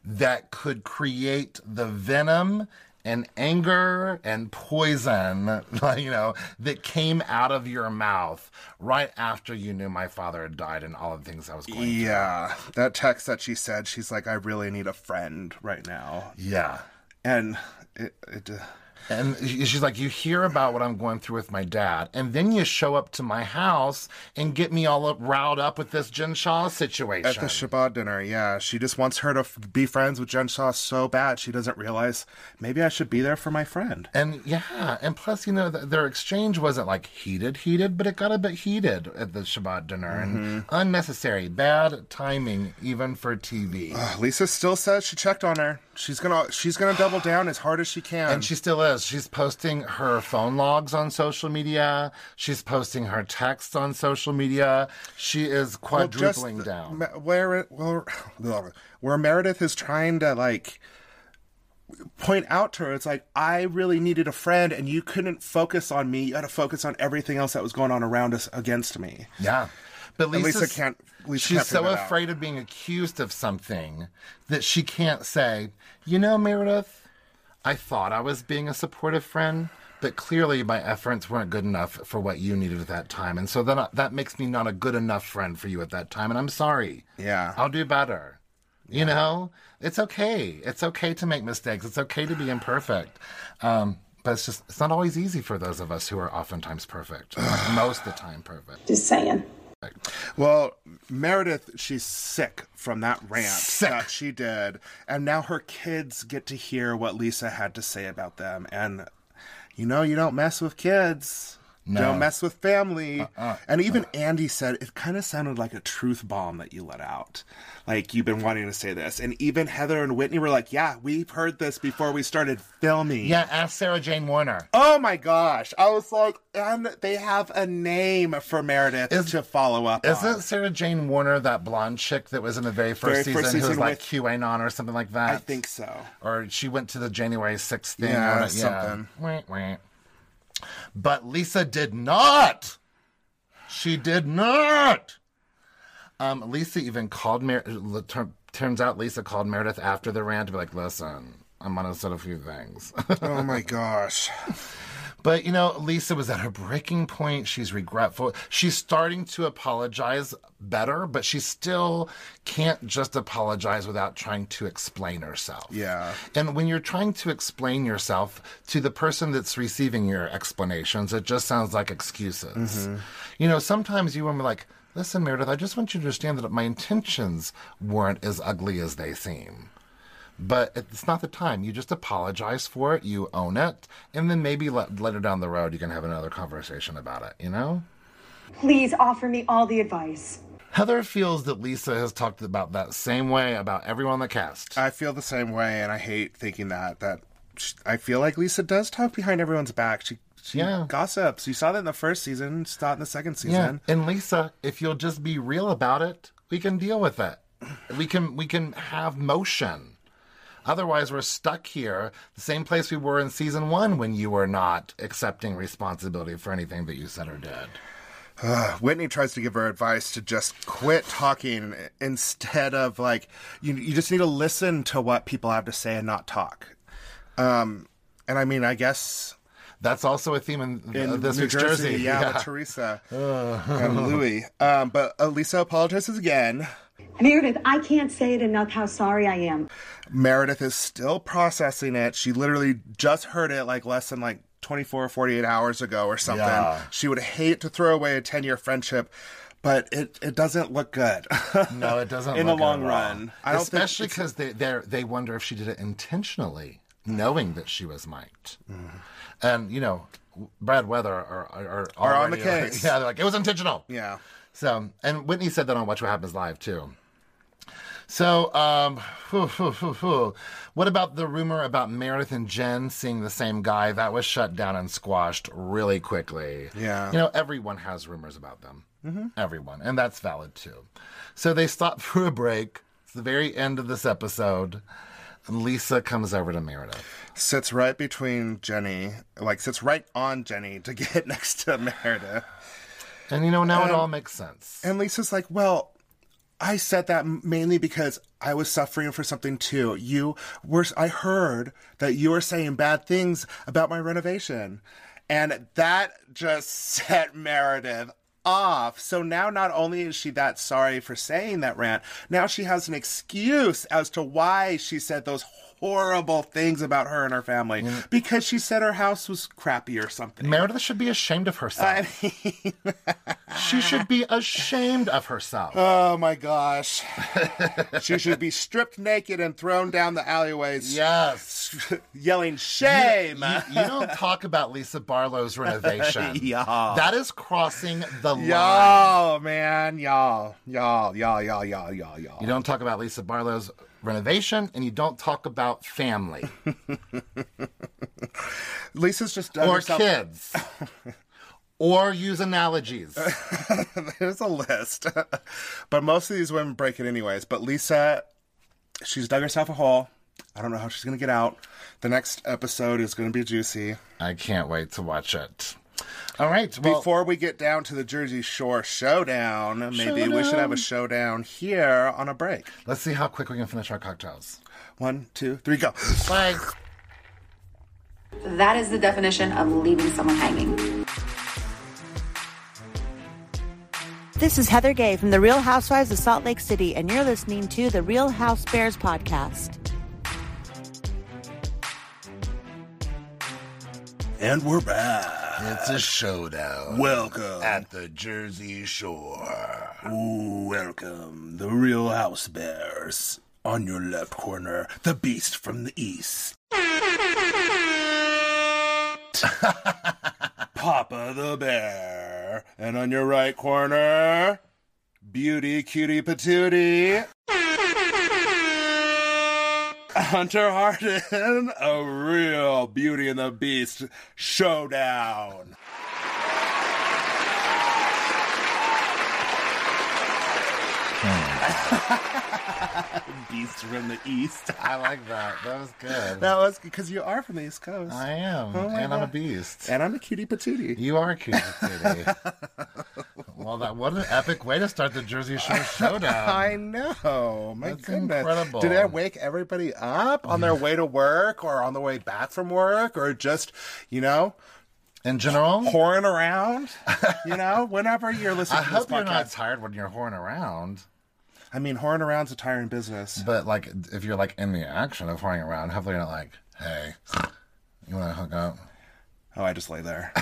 B: that could create the venom and anger and poison, you know, that came out of your mouth right after you knew my father had died and all the things I was going through.
A: Yeah, that text that she said, she's like, I really need a friend right now.
B: Yeah.
A: And it, it uh,
B: And she- she's like, You hear about what I'm going through with my dad, and then you show up to my house and get me all up, riled up with this Jen Shaw situation.
A: at the Shabbat dinner, yeah, she just wants her to f- be friends with Jen Shaw so bad she doesn't realize maybe I should be there for my friend.
B: and yeah, and plus, you know, th- their exchange wasn't like heated, heated, but it got a bit heated at the Shabbat dinner
A: Mm-hmm.
B: and unnecessary, bad timing, even for TV.
A: Ugh, Lisa still says she checked on her. She's gonna she's gonna double down as hard as she can.
B: And she still is. She's posting her phone logs on social media. She's posting her texts on social media. She is
A: Well, just
B: quadrupling
A: the-
B: down.
A: Me- where it- where blah, where Meredith is trying to like point out to her, it's like I really needed a friend, and you couldn't focus on me. You had to focus on everything else that was going on around us against me.
B: Yeah. But
A: And Lisa
B: Lisa's-
A: can't- Lisa
B: she's
A: can't
B: so
A: figure it out.
B: afraid of being accused of something that she can't say, you know, Meredith, I thought I was being a supportive friend, but clearly my efforts weren't good enough for what you needed at that time. And so that, that makes me not a good enough friend for you at that time. And I'm sorry.
A: Yeah.
B: I'll do better. You know, it's okay. It's okay to make mistakes. It's okay to be imperfect. Um, but it's just, it's not always easy for those of us who are oftentimes perfect. Most of the time, perfect.
H: Just saying.
A: Well, Meredith, she's sick from that rant that she did, and now her kids get to hear what Lisa had to say about them. And you know, you don't mess with kids.
B: No. Uh-uh.
A: Don't mess with family. and even Andy said it kind of sounded like a truth bomb that you let out. Like you've been wanting to say this. And even Heather and Whitney were like, "Yeah, we've heard this before we started filming."
B: Yeah, ask Sarah Jane Warner.
A: Oh my gosh. I was like, and they have a name for Meredith to follow up on.
B: Isn't Sarah Jane Warner that blonde chick that was in the very
A: Very first
B: first season who
A: season
B: was like
A: with-
B: QAnon or something like that?
A: I think so.
B: Or she went to the January 6th thing.
A: Yeah,
B: or what-
A: something.
B: Wah, wah. But Lisa did not. She did not. Um, Lisa even called Mer- l- tur- Turns out Lisa called Meredith after the rant to be like, listen, I'm going to set a few things.
A: Oh my gosh.
B: But you know, Lisa was at her breaking point. She's regretful. She's starting to apologize better, but she still can't just apologize without trying to explain herself.
A: Yeah.
B: And when you're trying to explain yourself to the person that's receiving your explanations, it just sounds like excuses. You know, sometimes you want to be like, Listen, Meredith, I just want you to understand that my intentions weren't as ugly as they seem. But it's not the time. You just apologize for it, you own it, and then maybe let, later down the road you can have another conversation about it, you know?
I: Please offer me all the advice.
B: Heather feels that Lisa has talked about that same way about everyone on the cast.
A: I feel the same way, and I hate thinking that. That sh I feel like Lisa does talk behind everyone's back. She she
B: Yeah.
A: gossips. You saw that in the first season. Saw it in the second season.
B: Yeah. And Lisa, if you'll just be real about it, we can deal with it. We can we can have motion. Otherwise, we're stuck here, the same place we were in season one when you were not accepting responsibility for anything that you said or did.
A: Ugh, Whitney tries to give her advice to just quit talking instead of like you. You just need to listen to what people have to say and not talk. Um, and I mean, I guess
B: that's also a theme in, th- Uh, this
A: New
B: week's
A: Jersey.
B: Jersey.
A: Yeah,
B: Yeah. Uh.
A: with Teresa and Louis. Um, but uh, Lisa apologizes again.
I: Meredith, I can't say it enough how sorry I am.
A: Meredith is still processing it. She literally just heard it like less than like 24 or 48 hours ago or something.
B: Yeah.
A: She would hate to throw away a 10 year friendship, but it, it doesn't look good.
B: No, it doesn't.
A: In
B: look
A: the long
B: good at all.
A: run. I don't think
B: especially because they they they wonder if she did it intentionally, knowing that she was mic'd.
A: Mm.
B: And you know, Brad Weather are are,
A: Are on the
B: already-
A: case.
B: yeah, they're like it was intentional.
A: Yeah.
B: So, and Whitney said that on Watch What Happens Live too. So, um, whew, whew, whew, whew. what about the rumor about Meredith and Jen seeing the same guy? That was shut down and squashed really quickly.
A: Yeah.
B: You know, everyone has rumors about them.
A: Mm-hmm.
B: Everyone. And that's valid too. So they stop for a break. It's the very end of this episode. And Lisa comes over to Meredith.
A: sits right between Jenny, like sits right on Jenny to get next to Meredith.
B: And you know, now it
A: Um,
B: all makes sense.
A: And Lisa's like, well, I said that mainly because I was suffering for something too. You were, I heard that you were saying bad things about my renovation. And that just set Meredith off. So now not only is she that sorry for saying that rant, now she has an excuse as to why she said those horrible things about her and her family because she said her house was crappy or something.
B: Meredith should be ashamed of herself. she should be ashamed of herself.
A: Oh my gosh. she should be stripped naked and thrown down the alleyways.
B: Yes.
A: Yelling shame.
B: You, you don't talk about Lisa Barlow's renovation.
A: Yeah.
B: That is crossing the line.
A: y'all, man. Y'all. Y'all, y'all, y'all, y'all, y'all, y'all.
B: You don't talk about Lisa Barlow's renovation and you don't talk about family
A: Lisa's just done
B: or
A: herself-
B: kids or use analogies.
A: There's a list. but most of these women break it anyways. But Lisa, she's dug herself a hole. I don't know how she's going to get out. The next episode is going to be juicy.
B: I can't wait to watch it. All right. Well,
A: Before we get down to the Jersey Shore showdown, maybe we should have
B: Showdown.
A: a showdown here on a break.
B: let's see how quick we can finish our cocktails.
A: One, two, three, go.
B: Bye.
O: That is the definition of leaving someone hanging.
P: This is Heather Gay from The Real Housewives of Salt Lake City, and you're listening to the Real House Bears podcast.
B: And we're back. It's a showdown.
Q: Welcome.
B: At the Jersey Shore.
Q: Ooh, welcome, the real house bears. On your left corner, the beast from the east. Papa the bear. And on your right corner, beauty cutie patootie. Hunter Harden, a real Beauty and the Beast showdown. Beast from the East.
B: I like that. That was good.
A: That was because you are from the East Coast.
B: I am,
A: Oh my
B: and I'm a
A: God.
B: beast.
A: And I'm a cutie patootie.
B: You are a cutie patootie. well, that what an epic way to start the Jersey Shore showdown.
A: I know. My
B: That's
A: goodness.
B: incredible.
A: Did I wake everybody up on their way to work or on the way back from work or just, you know,
B: in general?
A: Whoring around? You know, whenever you're listening
B: I
A: to
B: hope
A: this
B: you're not
A: podcast.
B: tired when you're horning around.
A: I mean, horn around's a tiring business.
B: But like, if you're like in the action of horning around, hopefully you're not like, hey, you want to hook up?
A: Oh, I just lay there.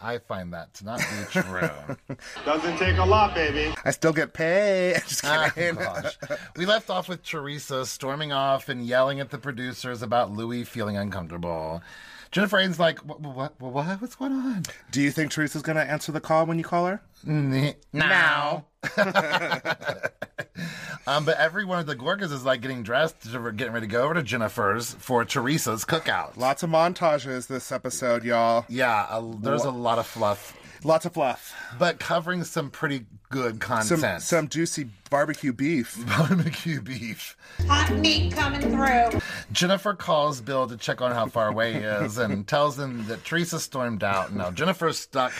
B: I find that to not be true.
D: Doesn't take a lot, baby.
A: I still get paid. Just kidding.
B: Oh, gosh. We left off with Teresa storming off and yelling at the producers about Louis feeling uncomfortable. Jennifer Aiden's like, what, what, what, what, what's going on?
A: Do you think Teresa's going to answer the call when you call her?
B: N- Now. um, but every one of the Gorgas is like getting dressed, getting ready to go over to Jennifer's for Teresa's cookout.
A: Lots of montages this episode, y'all.
B: Yeah, a, there's a lot of fluff.
A: Lots of fluff.
B: But covering some pretty good
A: Some,
B: content.
A: some juicy barbecue beef.
B: barbecue beef.
E: Hot meat coming through.
B: Jennifer calls Bill to check on how far away he is and tells him that Teresa stormed out. Now Jennifer's stuck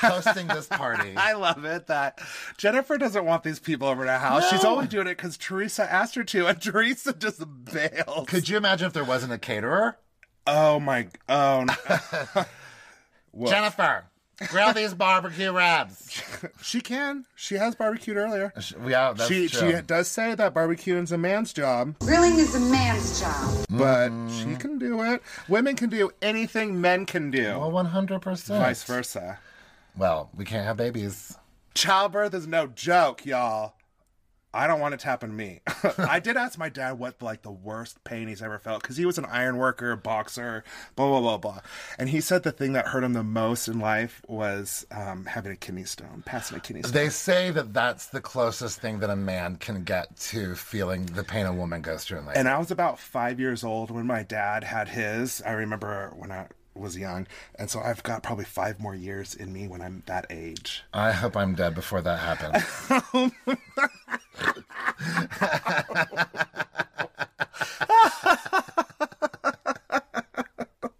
B: hosting this party.
A: I love it that Jennifer doesn't want these people over to her house. She's
B: No.
A: only doing it because Teresa asked her to, and Teresa just bails.
B: Could you imagine if there wasn't a caterer?
A: Oh my! Oh, no. Whoa.
B: Jennifer, grill these barbecue ribs.
A: she can. She has barbecued earlier.
B: Yeah, that's
A: she
B: true.
A: she does say that barbecuing's a man's job,
C: Grilling is a man's job.
A: but she can do it. Women can do anything men can do.
B: well, one hundred percent.
A: Vice versa.
B: Well, we can't have babies.
A: Childbirth is no joke, y'all. I don't want it to happen to me. I did ask my dad what like the worst pain he's ever felt because he was an iron worker, boxer, blah blah blah blah, and he said the thing that hurt him the most in life was um, having a kidney stone, passing a kidney stone.
B: They say that that's the closest thing that a man can get to feeling the pain a woman goes through in life.
A: And I was about five years old when my dad had his. I remember when I was young. And so I've got probably five more years in me when I'm that age.
B: I hope I'm dead before that happens.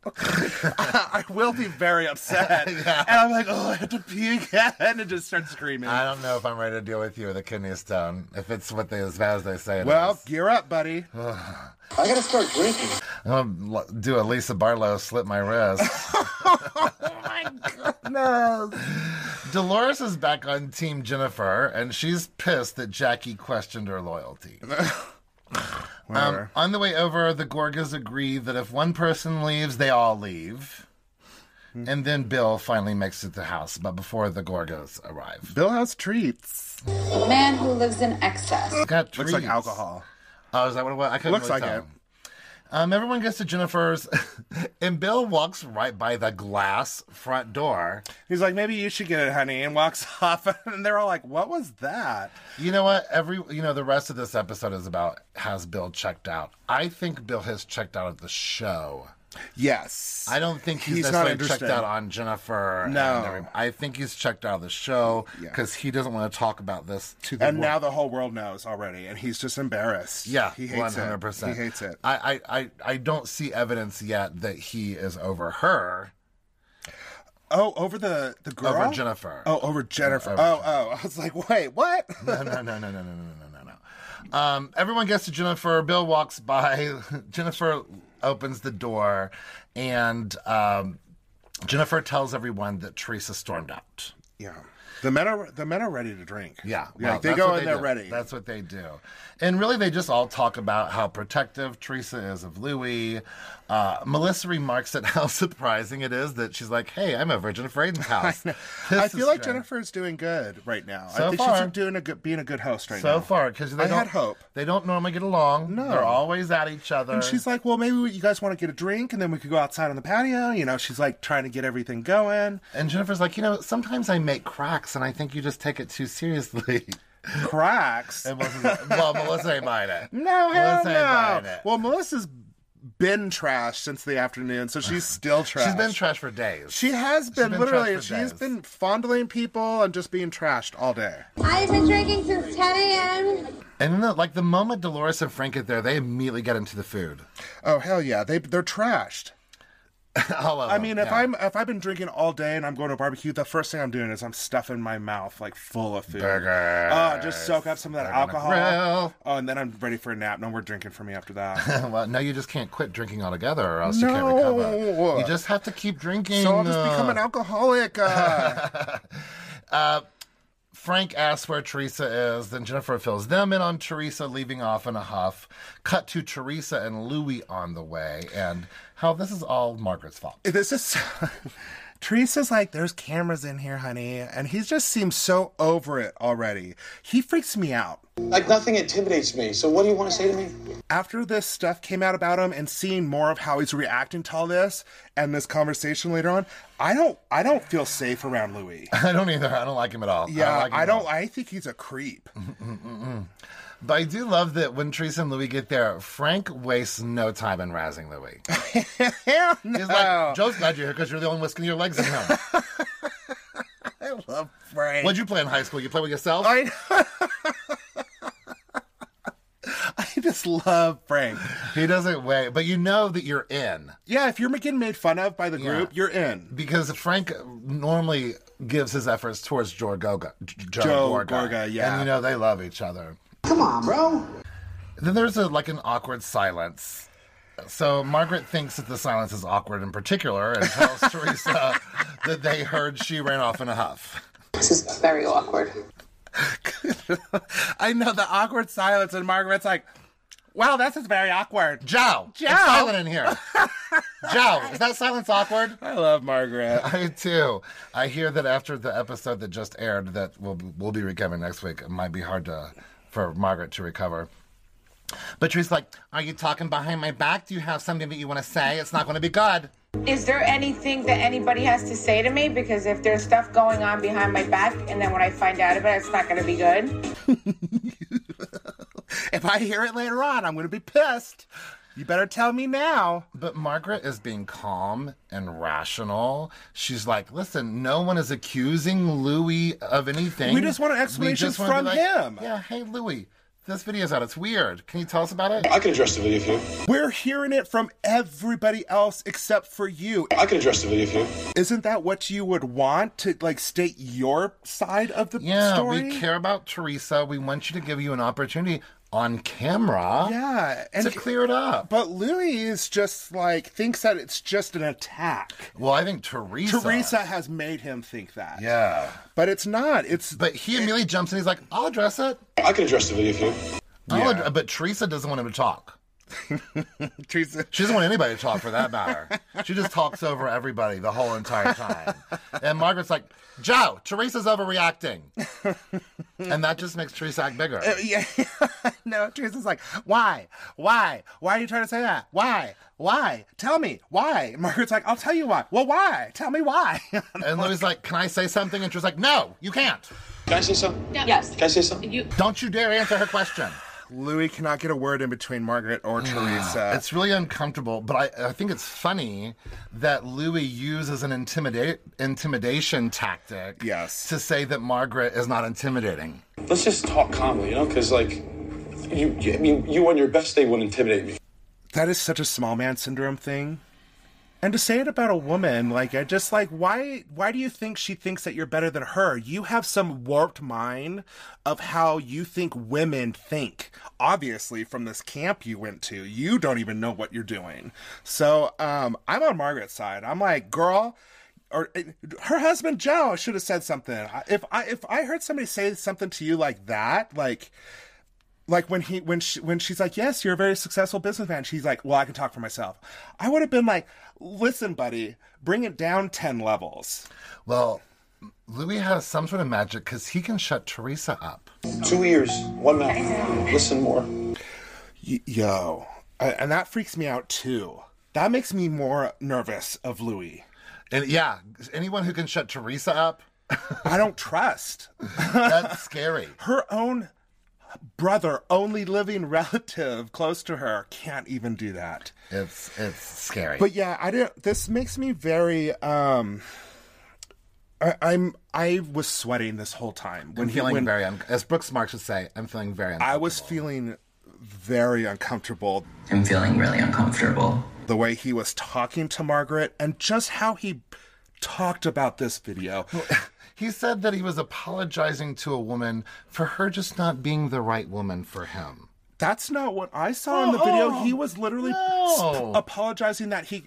A: I will be very upset. And I'm like, oh, I have to pee again. And just start screaming.
B: I don't know if I'm ready to deal with you with a kidney stone. If it's what they as bad as they say it
A: well,
B: is.
A: gear up, buddy.
D: I gotta start drinking.
B: I'm gonna l- do a Lisa Barlow slip my wrist. Oh
A: No.
B: Dolores is back on Team Jennifer, and she's pissed that Jackie questioned her loyalty. Um,
A: Whatever.
B: on the way over, the Gorgas agree that if one person leaves, they all leave. And then Bill finally makes it to the house, but before the Gorgas arrive,
A: Bill has treats.
K: A man who lives in excess.
B: got
A: Looks like
B: treats.
A: alcohol.
B: Oh, is that what it was? I couldn't
A: Looks
B: really
A: like
B: tell.
A: it.
B: Um, everyone gets to Jennifer's, and Bill walks right by the glass front door.
A: He's like, maybe you should get it, honey, and walks off. And they're all like, what was that?
B: You know what? Every you know the rest of this episode is about has Bill checked out. I think Bill has checked out of the show.
A: Yes.
B: I don't think he's,
A: He's not
B: necessarily checked
A: interested.
B: out on Jennifer.
A: No.
B: and every- I think he's checked out of the show
A: Yeah.
B: because he doesn't want to talk about this to the
A: and
B: world.
A: now the whole world knows already, and he's just embarrassed.
B: Yeah,
A: he hates
B: one hundred
A: it. He
B: percent.
A: hates it.
B: I, I, I, I don't see evidence yet that he is over her.
A: Oh, over the the girl.
B: Over Jennifer.
A: Oh, over Jennifer.
B: Over
A: oh, oh. I was like, wait, what?
B: No, no, no, no, no, no, no, no, no, no. Um, everyone gets to Jennifer. Bill walks by. Jennifer opens the door, and um, Jennifer tells everyone that Teresa stormed out.
A: yeah. The men are the men are ready to drink.
B: Yeah,
A: yeah.
B: well,
A: they
B: that's
A: go
B: what
A: in there
B: do.
A: ready.
B: That's what they do, and really, they just all talk about how protective Teresa is of Louis. Uh, Melissa remarks at how surprising it is that she's like, "Hey, I'm over at Jennifer Aiden's house." This
A: I
B: is
A: feel like
B: strange.
A: Jennifer's doing good right now.
B: So
A: I think
B: far.
A: she's doing a good, being a good host right now.
B: So far, because they
A: I
B: don't,
A: had hope.
B: They don't normally get along.
A: No.
B: they're always at each other.
A: And she's like, well, maybe we- you guys want to get a drink, and then we could go outside on the patio. You know, she's like trying to get everything going.
B: And Jennifer's like, you know, sometimes I make cracks, and I think you just take it too seriously.
A: Cracks.
B: And Melissa's like, well, Melissa ain't buying it.
A: No, hell
B: Melissa ain't buying
A: no.
B: it.
A: Well, Melissa's been trashed since the afternoon, so she's still trashed.
B: she's been trash for days.
A: She has been,
B: been
A: literally.
B: trashed for
A: She's
B: days.
A: been fondling people and just being trashed all day.
M: I've been drinking since 10 a.m.
B: and then, the, like the moment Dolores and Frank get there, they immediately get into the food.
A: Oh hell yeah, they they're trashed.
B: All of
A: I
B: them,
A: mean, if
B: yeah.
A: I'm if I've been drinking all day and I'm going to a barbecue, the first thing I'm doing is I'm stuffing my mouth like full of food.
B: Burgers.
A: Oh, just soak up some of that
B: They're gonna
A: alcohol.
B: grill.
A: Oh, and then I'm ready for a nap. No more drinking for me after that.
B: well, no, you just can't quit drinking altogether, or else you can't
A: No.
B: recover. You just have to keep drinking.
A: so I'll just become
B: uh,
A: an alcoholic. Uh,
B: Frank asks where Teresa is. Then Jennifer fills them in on Teresa leaving off in a huff. Cut to Teresa and Louie on the way, and how this is all Margaret's fault.
A: this is Teresa's like, there's cameras in here, honey. And he just seems so over it already. He freaks me out.
D: Like nothing intimidates me. So what do you want to say to me?
A: After this stuff came out about him and seeing more of how he's reacting to all this and this conversation later on, I don't I don't feel safe around Louis.
B: I don't either. I don't like him at all.
A: Yeah, I
B: like
A: don't
B: him
A: I,
B: at all.
A: think he's a creep.
B: Mm-mm-mm. But I do love that when Teresa and Louis get there, Frank wastes no time in razzing Louis.
A: Hell no.
B: Mm-hmm. He's like, Joe's glad you're here because you're the only one whisking your legs in him.
A: I love Frank.
B: What'd you play in high school? You play with yourself?
A: I, just love Frank.
B: He doesn't wait, but you know that you're in.
A: Yeah, if you're getting made fun of by the group, you're in.
B: Because Frank normally gives his efforts towards Jorgoga. Joe,
A: Joe Gorga, yeah.
B: And you know, they love each other.
D: Come on, bro.
B: Then there's a, like an awkward silence. So Margaret thinks that the silence is awkward in particular and tells Teresa that they heard she ran off in a huff.
H: This is very awkward.
A: I know the awkward silence, and Margaret's like, "Wow, this is very awkward."
B: Joe,
A: Joe,
B: It's silent in here. Joe, is that silence awkward?
A: I love Margaret.
B: I too. I hear that after the episode that just aired, that we'll we'll be recovering next week. It might be hard to for Margaret to recover. But she's like, "Are you talking behind my back? Do you have something that you want to say? It's not going to be good."
H: Is there anything that anybody has to say to me? Because if there's stuff going on behind my back, and then when I find out about it, it's not going to be good.
A: If I hear it later on, I'm going to be pissed. You better tell me now.
B: But Margaret is being calm and rational. She's like, listen, no one is accusing Louis of anything.
A: We just want an explanation
B: just want to be
A: from him."
B: Yeah, hey, Louis, this video's out. It's weird. Can you tell us about it?
D: I can address the video for you.
A: We're hearing it from everybody else except for you.
D: I can address the video for you.
A: Isn't that what you would want to like state your side of the
B: Yeah,
A: story?
B: we care about Teresa. We want you to give you an opportunity on camera
A: Yeah,
B: to clear it up.
A: But Louis is just like thinks that it's just an attack.
B: Well, I think Teresa.
A: Teresa has made him think that.
B: Yeah.
A: But it's not. It's
B: But he immediately jumps in. He's like, I'll address it.
D: I can address the video for you.
B: I'll addre- but Teresa doesn't want him to talk.
A: Teresa
B: She doesn't want anybody to talk for that matter. she just talks over everybody the whole entire time. And Margaret's like, Joe, Teresa's overreacting. and that just makes Teresa act bigger.
A: yeah. no, Teresa's like, why? Why? Why are you trying to say that? Why? Why? Tell me. Why? And Margaret's like, I'll tell you why. Well, why? Tell me why.
B: And Louis like, Can I say something? And she's like, No, you can't.
D: Can I say something?
H: Yes.
D: Can I say something?
B: Don't you dare answer her question.
A: Louis cannot get a word in between Margaret or Teresa.
B: It's really uncomfortable, but I, I think it's funny that Louis uses an intimidate intimidation tactic
A: Yes.
B: to say that Margaret is not intimidating.
D: Let's just talk calmly, you know, because like, you, you- I mean, you on your best day would intimidate me.
A: That is such a small man syndrome thing. And to say it about a woman, like I just like why why do you think she thinks that you're better than her? You have some warped mind of how you think women think. Obviously from this camp you went to, you don't even know what you're doing. So, um I'm on Margaret's side. I'm like, girl, or uh, her husband Joe should have said something. I- If I if I heard somebody say something to you like that, like like when he when she when she's like yes you're a very successful businessman she's like well i can talk for myself i would have been like listen buddy bring it down 10 levels
B: Well, Louis has some sort of magic because he can shut Teresa up.
D: Two ears, one mouth. Listen more.
A: y- yo I, and that freaks me out too that makes me more nervous of louis
B: And yeah, anyone who can shut Teresa up,
A: i don't trust
B: that's scary.
A: her own brother only living relative close to her can't even do that
B: It's it's scary.
A: But yeah, I didn't. This makes me very. um I, I'm. I was sweating this whole time when
B: I'm feeling
A: he, when
B: very un- as Brooks Marks would say, I'm feeling very un-
A: I was feeling very uncomfortable
R: I'm feeling really uncomfortable.
A: the way he was talking to Margaret and just how he talked about this video.
B: He said that he was apologizing to a woman for her just not being the right woman for him.
A: That's not what I saw in the video. He was literally
B: no.
A: s- apologizing that he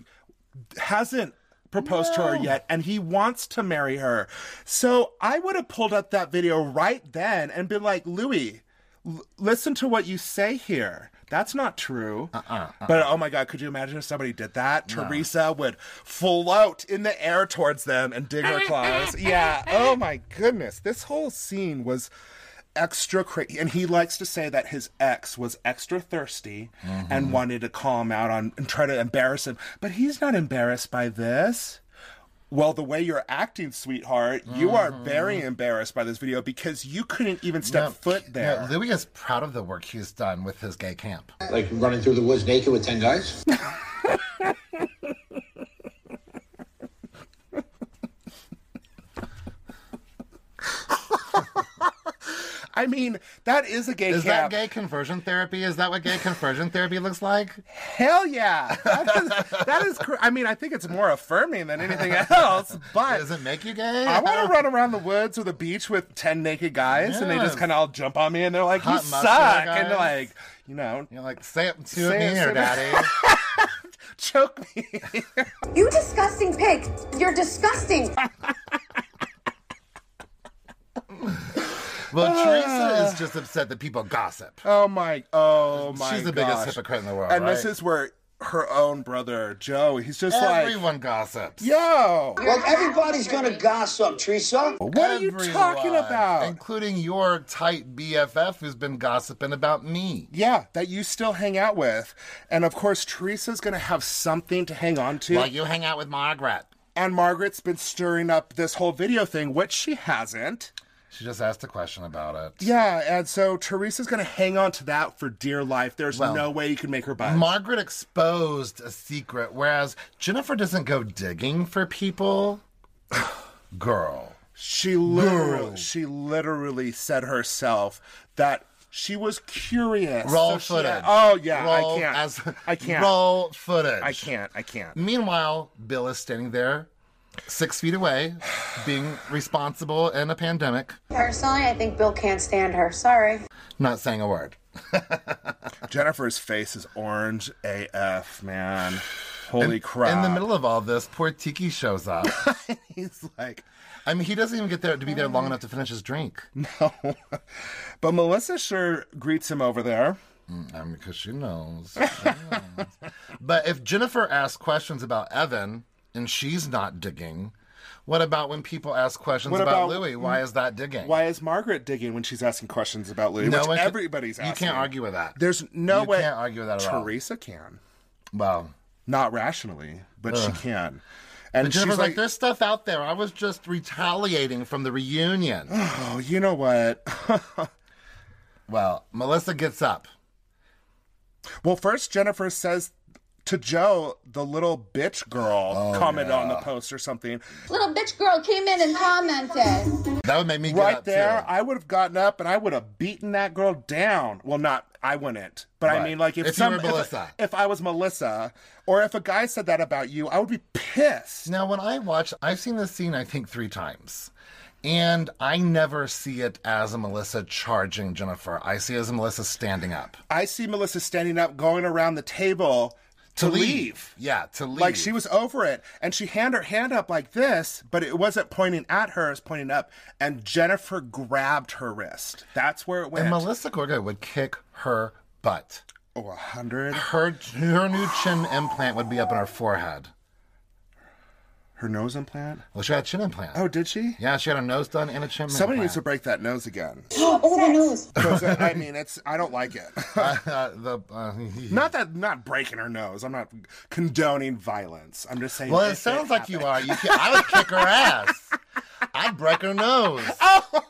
A: hasn't proposed to her yet and he wants to marry her. So I would have pulled up that video right then and been like, Louis, l- listen to what you say here. That's not true. But oh my God, could you imagine if somebody did that?
B: Uh-uh, No.
A: Teresa would float in the air towards them and dig her claws. yeah. Oh my goodness. This whole scene was extra crazy. And he likes to say that his ex was extra thirsty
B: Mm-hmm.
A: and wanted to call him out on and try to embarrass him. But he's not embarrassed by this. Well, the way you're acting, sweetheart, you are very embarrassed by this video because you couldn't even step foot there.
B: Mm-hmm. No, Louis is proud of the work he's done with his gay camp.
S: Like running through the woods naked with 10 guys?
A: I mean, that is a gay
B: Is
A: camp.
B: that gay conversion therapy? Is that what gay conversion therapy looks like?
A: Hell yeah. That is, that is cr- I mean, I think it's more affirming than anything else, but.
B: Does it make you gay?
A: I want to run around the woods or the beach with 10 naked guys and they
B: Yes.
A: just kind of all jump on me and they're like,
B: Hot
A: you
B: muscular
A: suck. And they're
B: guys.
A: like, you know,
B: You're like, say it to
A: Say it,
B: me
A: say
B: or
A: it.
B: daddy.
A: choke me.
M: You disgusting pig. You're disgusting.
B: Well, Teresa is just upset that people gossip.
A: Oh my, oh my
B: She's the biggest
A: gosh.
B: hypocrite in the world.
A: And this
B: right?
A: is where her own brother, Joe, he's just like,
B: everyone gossips.
A: yo.
S: Well, everybody's gonna gossip, Teresa.
A: What are you talking
B: Everyone,
A: about?
B: Including your tight BFF who's been gossiping about me.
A: Yeah, that you still hang out with. And of course, Teresa's going to have something to hang on to.
B: While you hang out with Margaret.
A: and Margaret's been stirring up this whole video thing, which she hasn't.
B: She just asked a question about it.
A: Yeah, and so Teresa's going to hang on to that for dear life. There's
B: Well,
A: no way you can make her budge.
B: Margaret exposed a secret, whereas Jennifer doesn't go digging for people. Girl.
A: she literally, she literally said herself that she was curious.
B: Roll
A: So she-
B: footage.
A: oh yeah,
B: Roll
A: I can't.
B: As,
A: I can't.
B: Roll footage.
A: I can't. I can't.
B: Meanwhile, Bill is standing there, six feet away, being responsible in a pandemic,
K: Personally, I think Bill can't stand her. Sorry.
B: not saying a word.
A: Jennifer's face is orange AF, man. Holy crap!
B: In the middle of all this, poor Tiki shows up.
A: he's like,
B: I mean, he doesn't even get there to be there long enough to finish his drink. oh.
A: but Melissa sure greets him over there.
B: I mean, because she knows. She knows. but if Jennifer asks questions about Evan and she's not digging, what about when people ask questions
A: What
B: about,
A: about-
B: Louis? Why is that digging?
A: Why is Margaret digging when she's asking questions about Louis?
B: No
A: which
B: one can-
A: everybody's
B: you
A: asking.
B: can't argue with that.
A: There's no
B: You
A: way.
B: can't argue with that at all.
A: Teresa can.
B: Well,
A: Not rationally, but she
B: Ugh.
A: can. And
B: but
A: she's
B: Jennifer's like,
A: like,
B: there's stuff out there. I was just retaliating from the reunion.
A: oh, you know what?
B: well, Melissa gets up.
A: well, first, Jennifer says to Joe, the little bitch girl
B: Oh,
A: commented on the post or something.
M: Little bitch girl came in and commented.
B: That would make me get
A: right
B: up
A: there,
B: too.
A: I would have gotten up and I would have beaten that girl down. Well, not I wouldn't, but I
B: Right.
A: mean, like if,
B: If you
A: some
B: were Melissa.
A: if, if I was Melissa, or if a guy said that about you, I would be pissed.
B: Now, when I watch, I've seen this scene, I think, three times. And I never see it as a Melissa charging Jennifer. I see it as a Melissa standing up.
A: I see Melissa standing up, going around the table to, leave.
B: Yeah, to leave.
A: Like she was over it, and she had her hand up like this, but it wasn't pointing at her; it was pointing up. And Jennifer grabbed her wrist. That's where it went.
B: And Melissa Gorga would kick her butt.
A: oh, a hundred.
B: Her, her new chin implant would be up in her forehead.
A: Her nose implant.
B: Well, she had a chin implant.
A: Oh, did she?
B: Yeah, she had a nose done and a chin
A: Somebody needs to break
B: implant.
A: that nose again.
M: oh, my nose.
A: 'Cause, uh, I mean, it's I don't like it.
B: Uh, the, uh,
A: Not that not breaking her nose. I'm not condoning violence. I'm just saying.
B: well,
A: if
B: it sounds like you are. You ki- I would kick her ass. I'd break her nose.
A: Oh,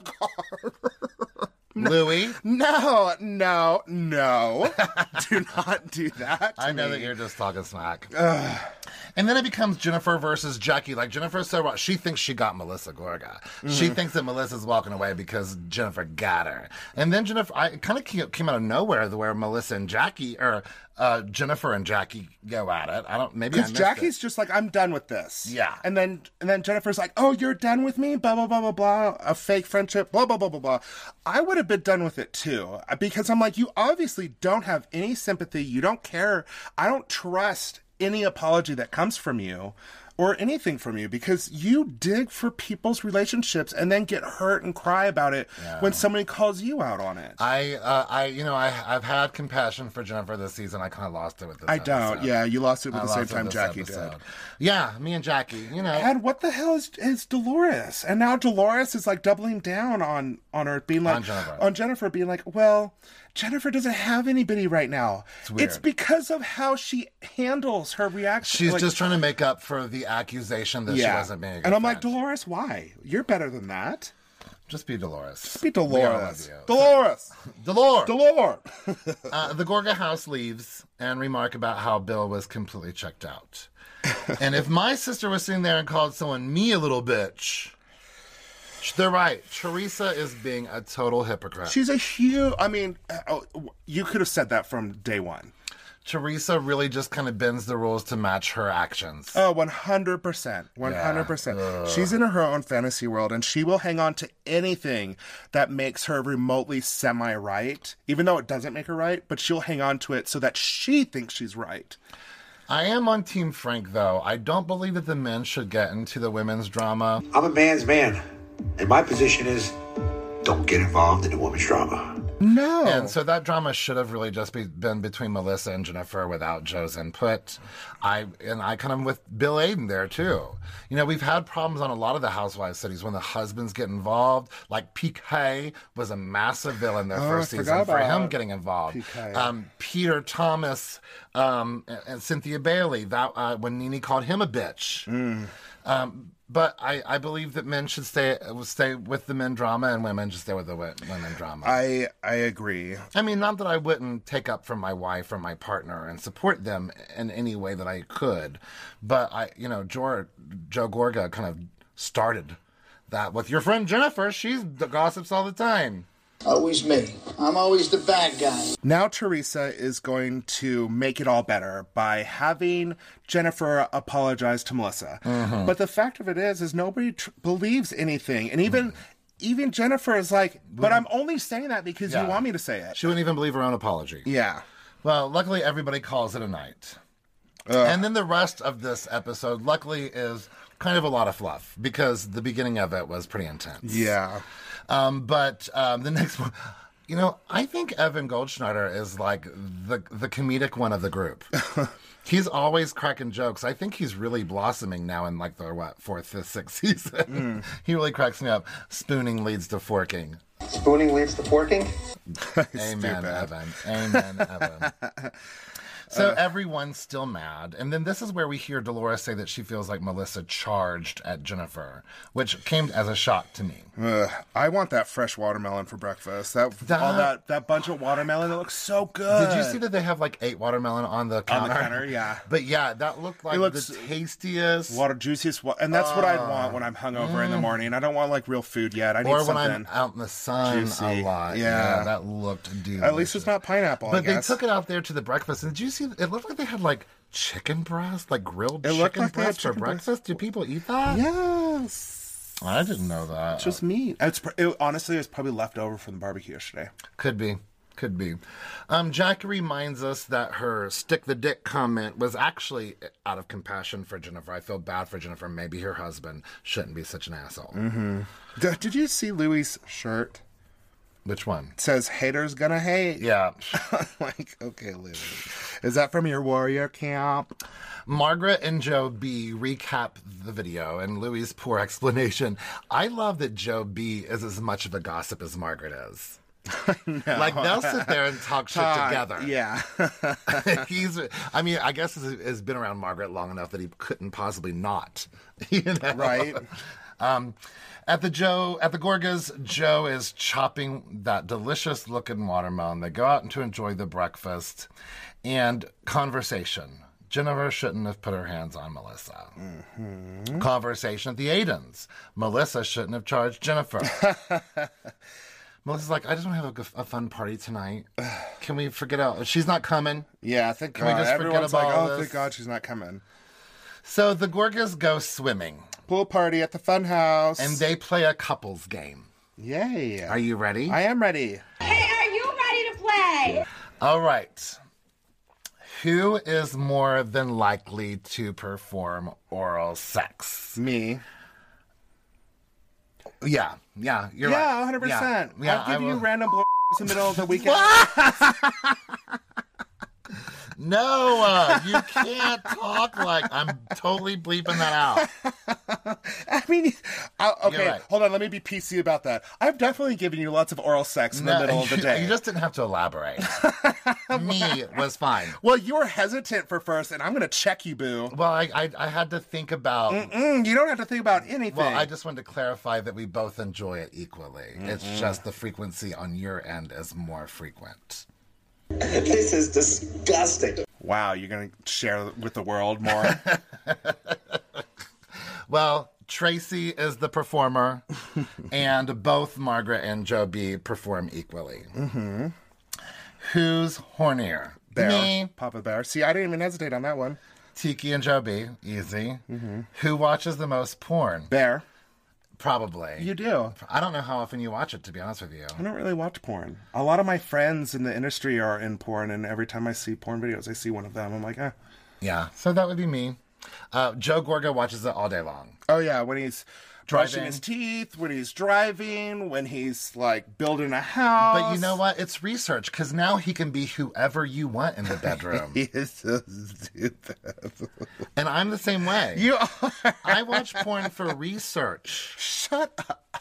B: Louis.
A: No, no, no. do not do that. to
B: I know
A: me.
B: that you're just talking smack. And then it becomes Jennifer versus Jackie. Like Jennifer's so wrong. She thinks she got Melissa Gorga. She
A: Mm-hmm.
B: thinks that Melissa's walking away because Jennifer got her. And then Jennifer, I kind of came, came out of nowhere the where Melissa and Jackie or uh, Jennifer and Jackie go at it. I don't. Maybe I
A: Because
B: missed
A: Jackie's
B: it.
A: just like, I'm done with this.
B: Yeah.
A: And then and then Jennifer's like, Oh, you're done with me? Blah blah blah blah blah. A fake friendship. Blah blah blah blah blah. I would have been done with it too uh, because I'm like, you obviously don't have any sympathy. You don't care. I don't trust any apology that comes from you. or anything from you because you dig for people's relationships and then get hurt and cry about it
B: Yeah.
A: when somebody calls you out on it.
B: I, uh, I, you know, I, I've had compassion for Jennifer this season. I kind of lost it with this.
A: I don't.
B: episode.
A: Yeah, you lost it with
B: I
A: the same
B: lost it
A: time
B: this
A: Jackie
B: episode.
A: did.
B: Yeah, me and Jackie. You know,
A: And what the hell is, is Dolores? And now Dolores is like doubling down on on her, being like
B: On Jennifer.
A: Jennifer, being like, well, Jennifer doesn't have anybody right now. It's,
B: weird.
A: because of how she handles her reaction.
B: she's
A: Like-
B: just trying to make up for the accusation that she wasn't being. a
A: And
B: good
A: I'm like, Dolores, why? You're better than that.
B: Just be Dolores. Just
A: be
B: all
A: Dolores.
B: love you.
A: Dolores.
B: Dolores.
A: Dolores.
B: uh, the Gorga House leaves and remark about how Bill was completely checked out. and if my sister was sitting there and called someone me a little bitch, they're right. Teresa is being a total hypocrite.
A: She's a huge. I mean, uh, oh, you could have said that from day one.
B: Teresa really just kind of bends the rules to match her actions.
A: Oh, 100%. 100%. She's in her own fantasy world and she will hang on to anything that makes her remotely semi right, even though it doesn't make her right, but she'll hang on to it so that she thinks she's right.
B: I am on Team Frank, though. I don't believe that the men should get into the women's drama.
S: I'm a man's man, and my position is don't get involved in a woman's drama.
A: No.
B: And so that drama should have really just be, been between Melissa and Jennifer without Joe's input. I and I kind of with Bill Aiden there too. You know, we've had problems on a lot of the Housewives cities when the husbands get involved. Like Pete Hay was a massive villain their
A: Oh, I
B: first
A: forgot
B: season for
A: about
B: him getting involved.
A: Pete Hay.
B: Um, Peter Thomas um, and, and Cynthia Bailey. That uh, when Nene called him a bitch.
A: Mm.
B: Um, but I, I believe that men should stay stay with the men drama and women should stay with the wo- women drama.
A: I I agree.
B: I mean, not that I wouldn't take up for my wife or my partner and support them in any way that I could, but I, you know, Jor, Joe Gorga kind of started that with your friend Jennifer. She's the gossips all the time.
S: Always me. I'm always the bad guy.
A: Now Teresa is going to make it all better by having Jennifer apologize to Melissa.
B: Mhm.
A: But the fact of it is, is nobody tr- believes anything, and even even Jennifer is like, "But I'm only saying that because
B: Yeah.
A: you want me to say it."
B: She wouldn't even believe her own apology.
A: Yeah.
B: Well, luckily everybody calls it a night. And then the rest of this episode, luckily, is kind of a lot of fluff because the beginning of it was pretty intense.
A: Yeah.
B: Um, but um, the next one, you know, I think Evan Goldschneider is like the the comedic one of the group. he's always cracking jokes. I think he's really blossoming now in like the what fourth, fifth, sixth season. he really cracks me up. Spooning leads to forking.
S: Spooning leads to forking?
B: Amen, Evan. Amen, Evan. So everyone's still mad. And then this is where we hear Dolores say that she feels like Melissa charged at Jennifer, which came as a shock to me.
A: Ugh, I want that fresh watermelon for breakfast. That, all
B: That-
A: that that bunch of watermelon that looks so good.
B: Did you see that they have like eight watermelon on the
A: Uh, on
B: counter?
A: the counter? Yeah.
B: But yeah, that looked like
A: looks-
B: the tastiest.
A: Water juiciest, wa- and that's what I
B: Ah.
A: want when I'm hungover in the morning. I don't want like real food yet. I need
B: or when
A: something.
B: I'm out in the sun
A: Juicy.
B: a lot.
A: Yeah.
B: Yeah. that looked delicious.
A: At least it's not pineapple. I
B: But they
A: guess.
B: took it out there to the breakfast. And did you see? It looked like they had like chicken breast, like grilled
A: It looked
B: chicken
A: like they had
B: breast for
A: chicken breast.
B: breakfast. Do people eat that?
A: Yes.
B: I didn't know that.
A: It's just meat. It's pr- it, honestly, it's probably left over from the barbecue yesterday.
B: Could be. Could be. Um, Jackie reminds us that her stick the dick comment was actually out of compassion for Jennifer. I feel bad for Jennifer. Maybe her husband shouldn't be such an asshole.
A: Mm-hmm. D- did you see Louis' shirt?
B: Which one?
A: It says "Haters gonna hate."
B: Yeah.
A: like okay, Louis. Is that from your warrior camp?
B: Margaret and Joe B recap the video and Louis' poor explanation. I love that Joe B is as much of a gossip as Margaret is. Like they'll sit there and talk shit
A: Talk,
B: together.
A: Uh, Yeah.
B: he's. I mean, I guess he's, he's been around Margaret long enough that he couldn't possibly not. You know?
A: Right.
B: Um, at the Joe at the Gorgas, Joe is chopping that delicious looking watermelon. They go out to enjoy the breakfast and conversation. Jennifer shouldn't have put her hands on Melissa. Conversation at the Aidens. Melissa shouldn't have charged Jennifer. Melissa's like, I just want to have a, g- a fun party tonight. Can we forget out? She's not coming.
A: Yeah, thank
B: Can
A: God.
B: we just
A: Everyone's
B: forget
A: like,
B: about
A: oh,
B: this?
A: thank God she's not coming.
B: So the Gorgas go swimming
A: Pool party at the fun house.
B: and they play a couples game.
A: Yay.
B: Are you ready?
A: I am ready.
E: Hey, are you ready to play?
B: All right. Who is more than likely to perform oral sex?
A: Me.
B: Yeah, yeah, you're
A: yeah,
B: right.
A: 100%.
B: Yeah,
A: I'll give
B: I
A: you
B: will-
A: random blows in the middle of the weekend.
B: No, uh, you can't talk like I'm totally bleeping that out.
A: I mean, I, okay,
B: right.
A: hold on. Let me be PC about that. I've definitely given you lots of oral sex in
B: No,
A: the middle of the
B: you-
A: day.
B: you just didn't have to elaborate. Me was fine.
A: Well, you were hesitant for first, and I'm going to check you, boo.
B: Well, I, I, I had to think about.
A: Mm-mm, you don't have to think about anything.
B: Well, I just wanted to clarify that we both enjoy it equally.
A: Mm-hmm.
B: It's just the frequency on your end is more frequent.
A: This is disgusting. Wow, you're going to share with the world more?
B: Well, Tracy is the performer, and both Margaret and Joe B perform equally.
A: mm-hmm.
B: Who's hornier?
A: Bear.
B: Me,
A: Papa Bear. See, I didn't even hesitate on that one.
B: Tiki, and Joe B. Easy.
A: Mm-hmm.
B: Who watches the most porn?
A: Bear.
B: Probably.
A: You do.
B: I don't know how often you watch it, to be honest with you.
A: I don't really watch porn. A lot of my friends in the industry are in porn, and every time I see porn videos, I see one of them. I'm like, eh.
B: Yeah. So that would be me. Uh, Joe Gorga watches it all day long.
A: Oh yeah, when he's brushing
B: Driving.
A: his teeth, when he's driving, when he's like building a house.
B: But you know what? It's research because now he can be whoever you want in the bedroom.
A: he is so stupid.
B: and I'm the same way.
A: You
B: I watch porn for research.
A: Shut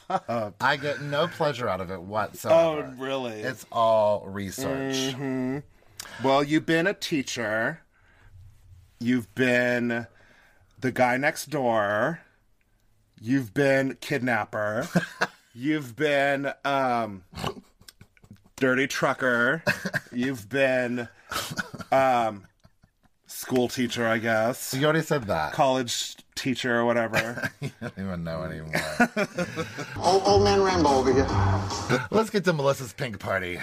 A: up.
B: I get no pleasure out of it
A: Oh
B: whatsoever.
A: really?
B: It's all research.
A: Mhm. Well, you've been a teacher. You've been the guy next door. You've been kidnapper. you've been um, dirty trucker. You've been um, school teacher, I guess.
B: You already said that.
A: College teacher or whatever.
B: I don't even know anymore.
S: Old, old man Rambo over here.
B: Let's get to Melissa's pink party.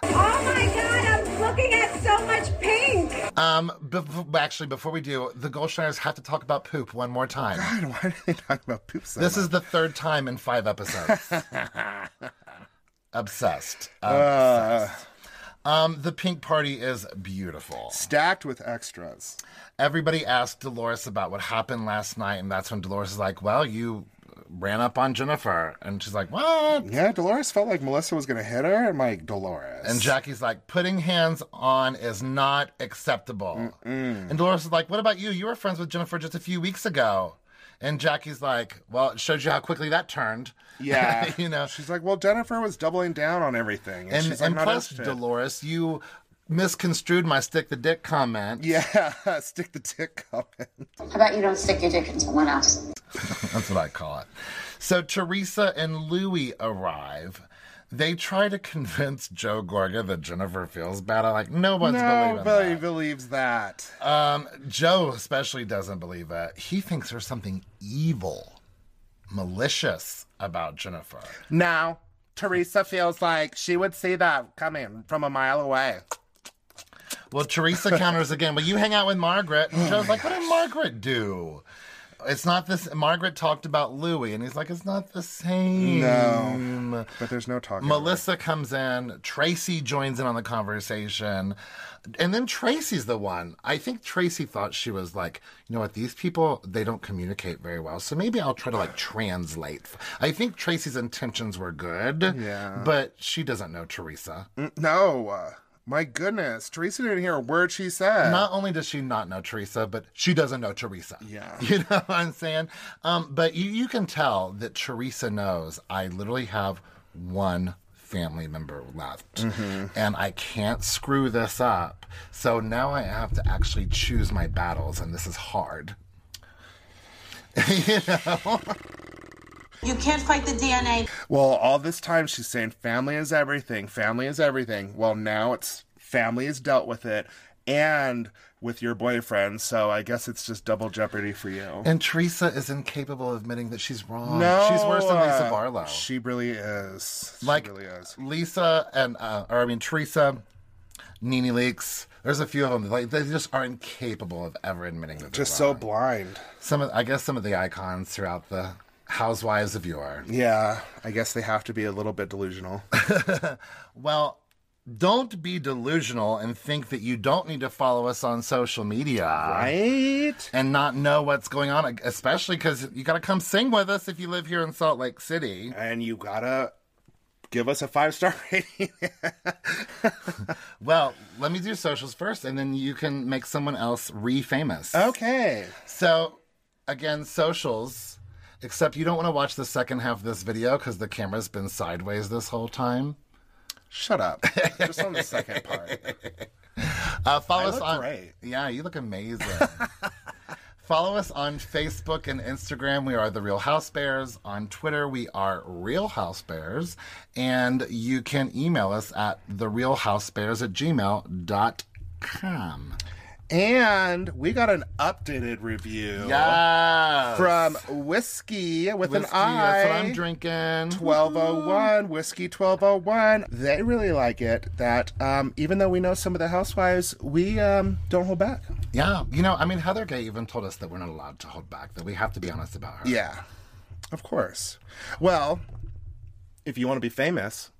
E: Oh my god, I'm looking at so much pink.
B: Um, b- b- actually, before we do, the Goldsteiners have to talk about poop one more time.
A: God, why did they talk about poop so
B: This
A: much?
B: is the third time in five episodes. Obsessed.
A: Uh.
B: Obsessed. Um, the pink party is beautiful.
A: stacked with extras.
B: Everybody asked Dolores about what happened last night, and that's when Dolores is like, "Well, you ran up on Jennifer," and she's like, "What?"
A: Yeah, Dolores felt like Melissa was going to hit her. I'm like, Dolores.
B: And Jackie's like, "Putting hands on is not acceptable." And Dolores is like, "What about you? You were friends with Jennifer just a few weeks ago." And Jackie's like, "Well, it shows you how quickly that turned."
A: Yeah.
B: you know,
A: She's like, well, Jennifer was doubling down on everything. And,
B: and,
A: she's like,
B: and
A: not
B: plus,
A: interested.
B: Dolores, you misconstrued my stick the dick comment.
A: Yeah, stick the tick comment.
T: How about you don't stick your dick in someone else?
B: That's what I call it. So Teresa and Louie arrive. They try to convince Joe Gorga that Jennifer feels bad. I'm like, no one's believing
A: Nobody believes that.
B: that. Um, Joe especially doesn't believe it. He thinks there's something evil, malicious about Jennifer.
A: Now, Teresa feels like she would see that coming from a mile away.
B: Well, Teresa counters again. Well, you hang out with Margaret. And Joe's like, what did Margaret do? It's not this. Margaret talked about Louie, and he's like, it's not the same.
A: No. But there's no talking.
B: Melissa comes in. Tracy joins in on the conversation. And then Tracy's the one. I think Tracy thought she was like, you know what, these people, they don't communicate very well. So maybe I'll try to like translate. I think Tracy's intentions were good.
A: Yeah.
B: But she doesn't know Teresa.
A: Mm, No. uh, My goodness. Teresa didn't hear a word she said.
B: Not only does she not know Teresa, but she doesn't know Teresa.
A: Yeah.
B: You know what I'm saying? Um, but you, you can tell that Teresa knows I literally have one family member left and I can't screw this up. So now I have to actually choose my battles, and this is hard. you know?
U: You can't fight the DNA.
A: Well, all this time she's saying family is everything, family is everything. Well, now it's family is dealt with it and with your boyfriend, so I guess it's just double jeopardy for you.
B: And Teresa is incapable of admitting that she's wrong. She's worse than Lisa
A: uh,
B: Barlow.
A: She really is. She
B: like
A: really is.
B: Lisa and uh, or I mean Teresa, Nene Leaks. There's a few of them. Like they just are incapable of ever admitting that. they're
A: Just so
B: wrong.
A: blind.
B: Some of I guess some of the icons throughout the Housewives of yore.
A: Yeah, I guess they have to be a little bit delusional.
B: Well, Don't be delusional and think that you don't need to follow us on social media.
A: Right?
B: And not know what's going on, especially because you got to come sing with us if you live here in Salt Lake City.
A: And you got to give us a five star rating.
B: well, let me do socials first, and then you can make someone else re famous.
A: Okay.
B: So, again, socials, except you don't want to watch the second half of this video because the camera's been sideways this whole time.
A: Shut up. Just on the second part.
B: Uh, follow
A: I
B: us
A: look
B: on.
A: great.
B: Yeah, you look amazing. follow us on Facebook and Instagram. We are the Real House Bears. On Twitter, we are Real House Bears. And you can email us at therealhousebears at gmail.com.
A: And we got an updated review
B: Yes.
A: from Whiskey with
B: Whiskey,
A: an I.
B: That's what I'm drinking.
A: 1201 whiskey 1201 they really like it that um, even though we know some of the housewives we um, don't hold back
B: Yeah. You know, I mean, Heather Gay even told us that we're not allowed to hold back, that we have to be honest about her.
A: yeah of course well if you want to be famous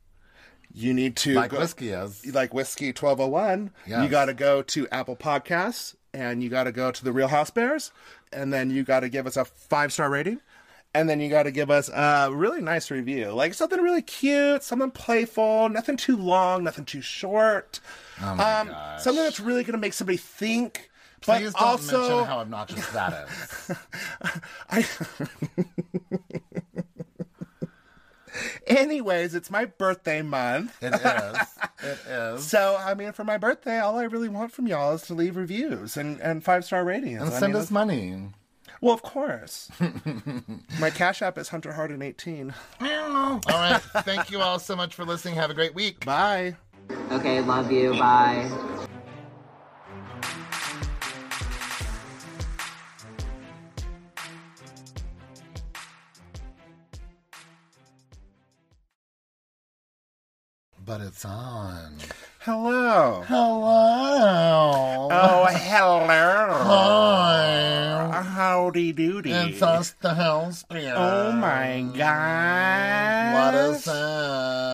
A: you need to
B: Like
A: go-
B: whiskey is.
A: like whiskey 1201 you
B: Yes.
A: got to go to apple podcasts and you got to go to the real house bears and then you got to give us a five star rating and then you got to give us a really nice review like something really cute something playful nothing too long nothing too short
B: Oh my
A: um,
B: gosh.
A: something that's really going to make somebody think but
B: Please don't
A: also
B: mention how obnoxious that is.
A: I... anyways it's my birthday month
B: It is. It is.
A: So, I mean, for my birthday, all I really want from y'all is to leave reviews and, and five star ratings.
B: and
A: I
B: send
A: mean,
B: us money.
A: Well, of course. my Cash App is Hunter Harden 18.
B: All right. Thank you all so much for listening. Have a great week.
A: Bye.
F: Okay, love you. Bye.
B: But it's on.
A: Hello.
B: Hello.
A: Oh, hello.
B: Hi.
A: Howdy doody.
B: It's us, the house beer.
A: Oh my god.
B: What is that?